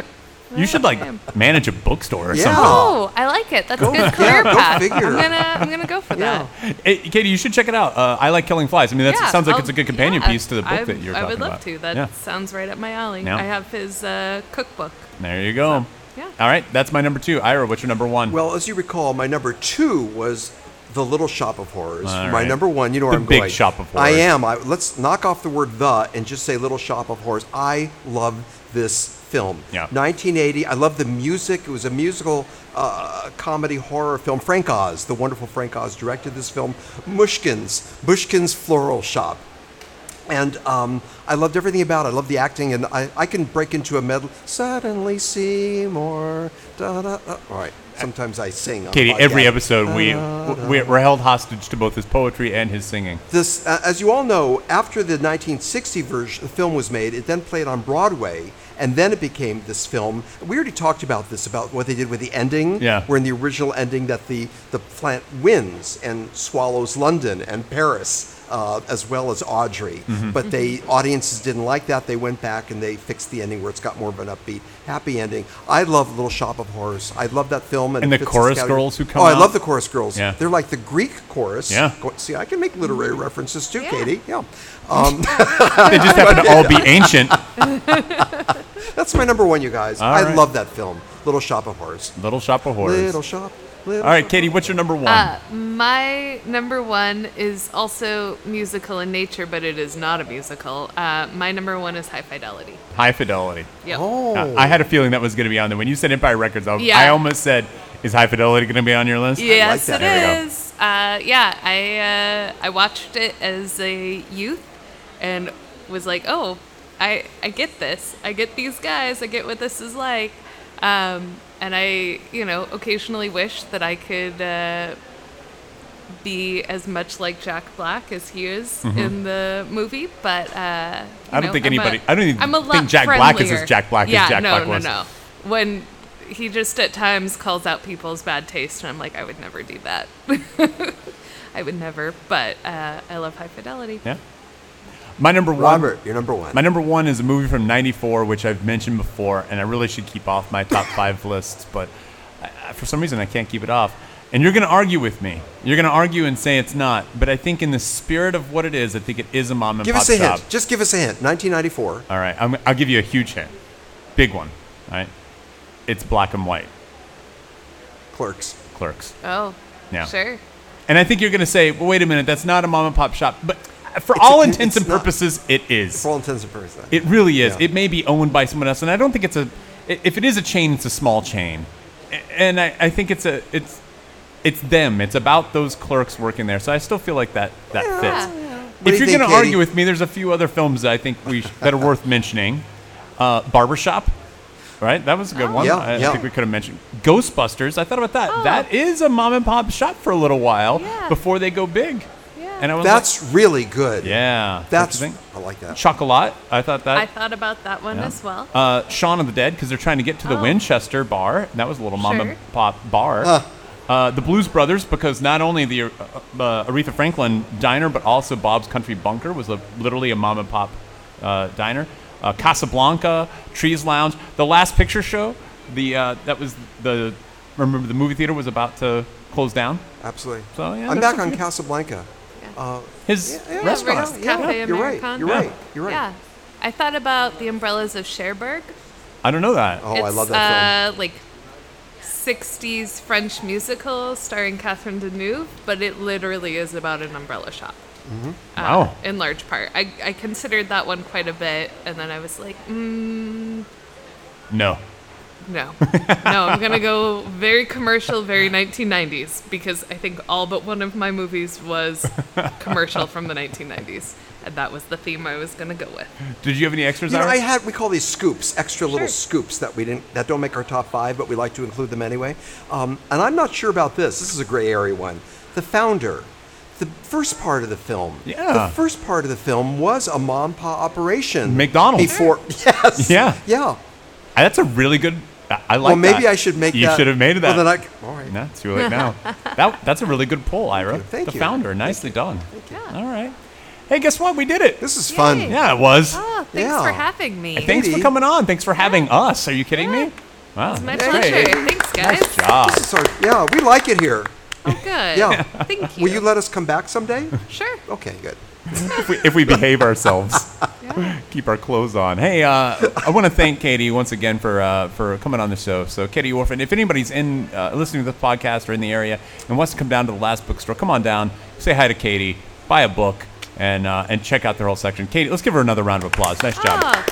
You should like manage a bookstore or Yeah. something. Oh, I like it. That's a good career go path. figure. I'm gonna I'm gonna go for that. Hey, Katie, you should check it out. Uh, I like killing flies. I mean, that Yeah, sounds like I'll- it's a good companion yeah, piece to the book I- that you're I talking would love about. to. That Yeah. sounds right up my alley. Yeah. I have his uh, cookbook. There you go. So, yeah. All right, that's my number two. Ira, what's your number one? Well, as you recall, my number two was The Little Shop of Horrors. All My right. number one, you know The where I'm big going. shop of I horrors. am. I, let's knock off the word the and just say Little Shop of Horrors. I love this film. Yeah. 1980. I love the music. It was a musical uh, comedy horror film. Frank Oz, the wonderful Frank Oz, directed this film. Mushkin's, Mushkin's Floral Shop. And um, I loved everything about it. I loved the acting, and I, I can break into a medley. Suddenly Seymour. Da, da, da. All right. Sometimes I sing. on Katie, podcast. every episode we Uh, we- we're held hostage to both his poetry and his singing. This, uh, as you all know, after the 1960 version, the film was made, it then played on Broadway and then it became this film. We already talked about this about what they did with the ending. Yeah. where in the original ending that the the plant wins and swallows London and Paris. Uh, as well as Audrey, Mm-hmm. but they audiences didn't like that. They went back and they fixed the ending where it's got more of an upbeat, happy ending. I love Little Shop of Horrors. I love that film and, And the it fits this chorus category. girls who come Oh, I out. love the chorus girls. Yeah. They're like the Greek chorus. Yeah. Go- See, I can make literary references too, Yeah. Katie. Yeah. Um, They just happen to all be ancient. that's my number one, you guys. All I right. love that film, Little Shop of Horrors. Little Shop of Horrors. Little Shop. Little All right, Katie, what's your number one? Uh, my number one is also musical in nature, but it is not a musical. Uh, my number one is High Fidelity. High Fidelity. Yep. Oh. Uh, I had a feeling that was going to be on there. When you said Empire Records, I, Yeah. I almost said, "Is High Fidelity going to be on your list?" Yes, that. it There we go. is. Uh, yeah, I uh, I watched it as a youth, and was like, oh, I I get this. I get these guys. I get what this is like. Um, and I, you know, occasionally wish that I could uh, be as much like Jack Black as he is in the movie, but uh, you Mm-hmm. I don't know, think I'm a- anybody- I don't even I'm a think lot Jack Black is as friendlier. Jack Black as yeah, Jack no, Black no, was. no when he just at times calls out people's bad taste, and I'm like, I would never do that. I would never, but uh, I love high fidelity. Yeah. My number one. Robert, you're number one. My number one is a movie from '94, which I've mentioned before, and I really should keep off my top five lists, but I, I- for some reason I can't keep it off. And you're going to argue with me. You're going to argue and say it's not, but I think in the spirit of what it is, I think it is a mom and give pop us a shop. hint. Just give us a hint. 1994. All right, I'm, I'll give you a huge hint, big one. All right, it's black and white. Clerks. Clerks. Oh, Yeah. sure. And I think you're going to say, well, wait a minute, that's not a mom and pop shop. But for It's a- all it's intents and not. purposes, it is. For all intents and purposes. It really is. Yeah. It may be owned by someone else. And I don't think it's a, i- if it is a chain, it's a small chain. A- And I, I think it's a, it's, it's them. It's about those clerks working there. So I still feel like that, that Yeah. fits. What do if you you're think, going to Katie? argue with me, there's a few other films that I think we sh- that are worth mentioning. Uh, Barbershop, right? That was a good one. Oh, Yeah, I, I yeah. think we could have mentioned Ghostbusters. I thought about that. Oh. That is a mom and pop shop for a little while Yeah. before they go big. Yeah. And I was That's really good. like, yeah, That's. Don't you I like that. think? Chocolat. I thought that. I thought about that one as well. Uh, Shaun of the Dead because they're trying to get to the Oh. Winchester bar. and That was a little mom Sure. and pop bar. Uh, the Blues Brothers because not only the uh, uh, Aretha Franklin diner but also Bob's Country Bunker was a, literally a mom and pop uh, diner. Uh, Casablanca, Trees Lounge, The Last Picture Show. The uh, that was the remember the movie theater was about to close down. Absolutely. So, yeah, I'm there's back a on few. Casablanca. Uh, His Yeah, yeah, restaurant. Restaurant, Rick's yeah. Cafe You're right, Americana. you're right, you're right. Yeah. I thought about the umbrellas of Cherbourg. I don't know that. oh, I it's, love that uh, Like 60s French musical starring Catherine Deneuve, but it literally is about an umbrella shop. uh, Wow. in large part. I, I considered that one quite a bit, and then I was like, mm, No. no, no, I'm gonna go very commercial, very 1990s, because I think all but one of my movies was commercial from the 1990s, and that was the theme I was gonna go with. Did you have any extras? film. You know, Ira? I had we call these scoops, extra little Sure. scoops that we didn't that don't make our top five, but we like to include them anyway. Um, and I'm not sure about this. This is a gray area one. The founder, the first part of the film. Yeah. The first part of the film was a mom pa operation. McDonald's. Before yes. Yeah. Yeah. That's a really good. I I like. well, maybe that. I should make You that. should have made that. Well, then I, all right. No, it's too late now. that, that's a really good poll, Ira. you, thank the you. founder, nicely done. you. Yeah. All right. Hey, guess what? We did it. This is fun. Yay. yeah, it was. Oh, thanks Yeah. for having me. Thanks for Katie. coming on. Thanks for having us. Are you kidding me? Wow. It's my that's pleasure. great. Thanks, guys. Nice job. This is our, yeah, we like it here. Oh, good. Yeah. Thank you. Will you let us come back someday? sure. Okay, good. if, we, if we behave ourselves, Yeah. keep our clothes on. Hey, uh, I want to thank Katie once again for uh, for coming on the show. So, Katie Orphan, if anybody's in uh, listening to this podcast or in the area and wants to come down to the Last Bookstore, come on down, say hi to Katie, buy a book, and uh, and check out their whole section. Katie, let's give her another round of applause. Nice job. Oh,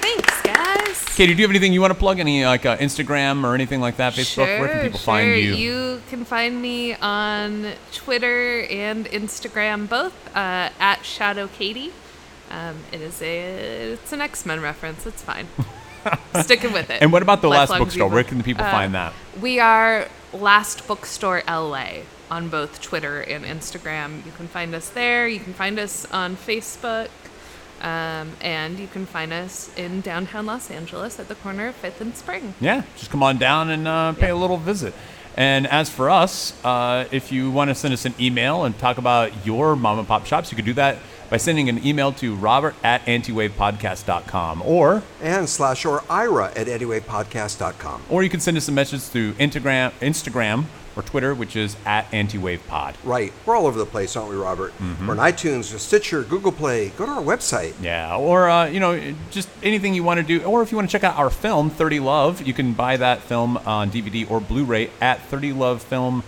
thanks, guys. Katie, do you have anything you want to plug? Any like uh, Instagram or anything like that? Facebook? Where can people find sure. you? You can find me on Twitter and Instagram both uh, at Shadow Katie. Um, it is a it's an X Men reference. It's fine. Sticking with it. And what about the Last Lifelong Uh, Bookstore? Diva. Where can the people find that? We are Last Bookstore LA on both Twitter and Instagram. You can find us there. You can find us on Facebook. Um, and you can find us in downtown Los Angeles at the corner of Fifth and Spring. Yeah, just come on down and uh, pay a little visit. And as for us, uh, if you want to send us an email and talk about your mom and pop shops, you could do that by sending an email to robert at antiwavepodcast.com or and slash or Ira at anywaypodcast.com. or you can send us a message through Instagram, Instagram or Twitter, which is at antiwavepod. Right. We're all over the place, aren't we, Robert? Mm-hmm. We're on iTunes, or Stitcher, Google Play. Go to our website. Yeah, or uh, you know, just anything you want to do, or if you want to check out our film Thirty Love, you can buy that film on DVD or Blu-ray at Thirty Love Film,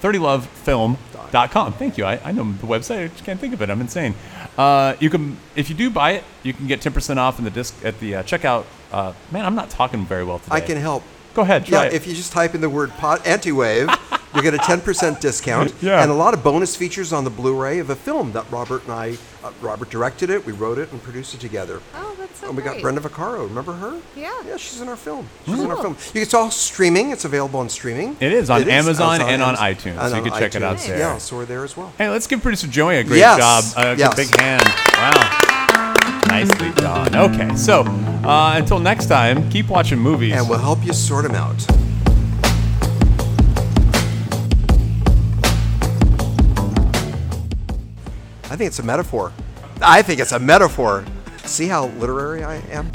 Thirty Love Film.com. Thank you. I, I know the website. I just can't think of it. I'm insane. Uh, you can, if you do buy it, you can get ten percent off in the disc at the uh, checkout. Uh, man, I'm not talking very well today. I can help. Go ahead, try yeah, it. if you just type in the word pod, anti-wave, you get a 10% discount Yeah. and a lot of bonus features on the Blu-ray of a film that Robert and I, uh, Robert directed it, we wrote it and produced it together. Oh, that's so and we got great. Brenda Vaccaro. Remember her? Yeah. Yeah, she's in our film. She's in our Cool. film. You, it's all streaming. It's available on streaming. It is on Amazon It's and on Amazon- iTunes, so and you on can check it out iTunes. there. Yeah, so we're there as well. Hey, let's give producer Joey a great Yes. job. Uh, Yes. A big hand. Wow. Nicely done. Okay, so uh, until next time, keep watching movies. And we'll help you sort them out. I think it's a metaphor. I think it's a metaphor. See how literary I am?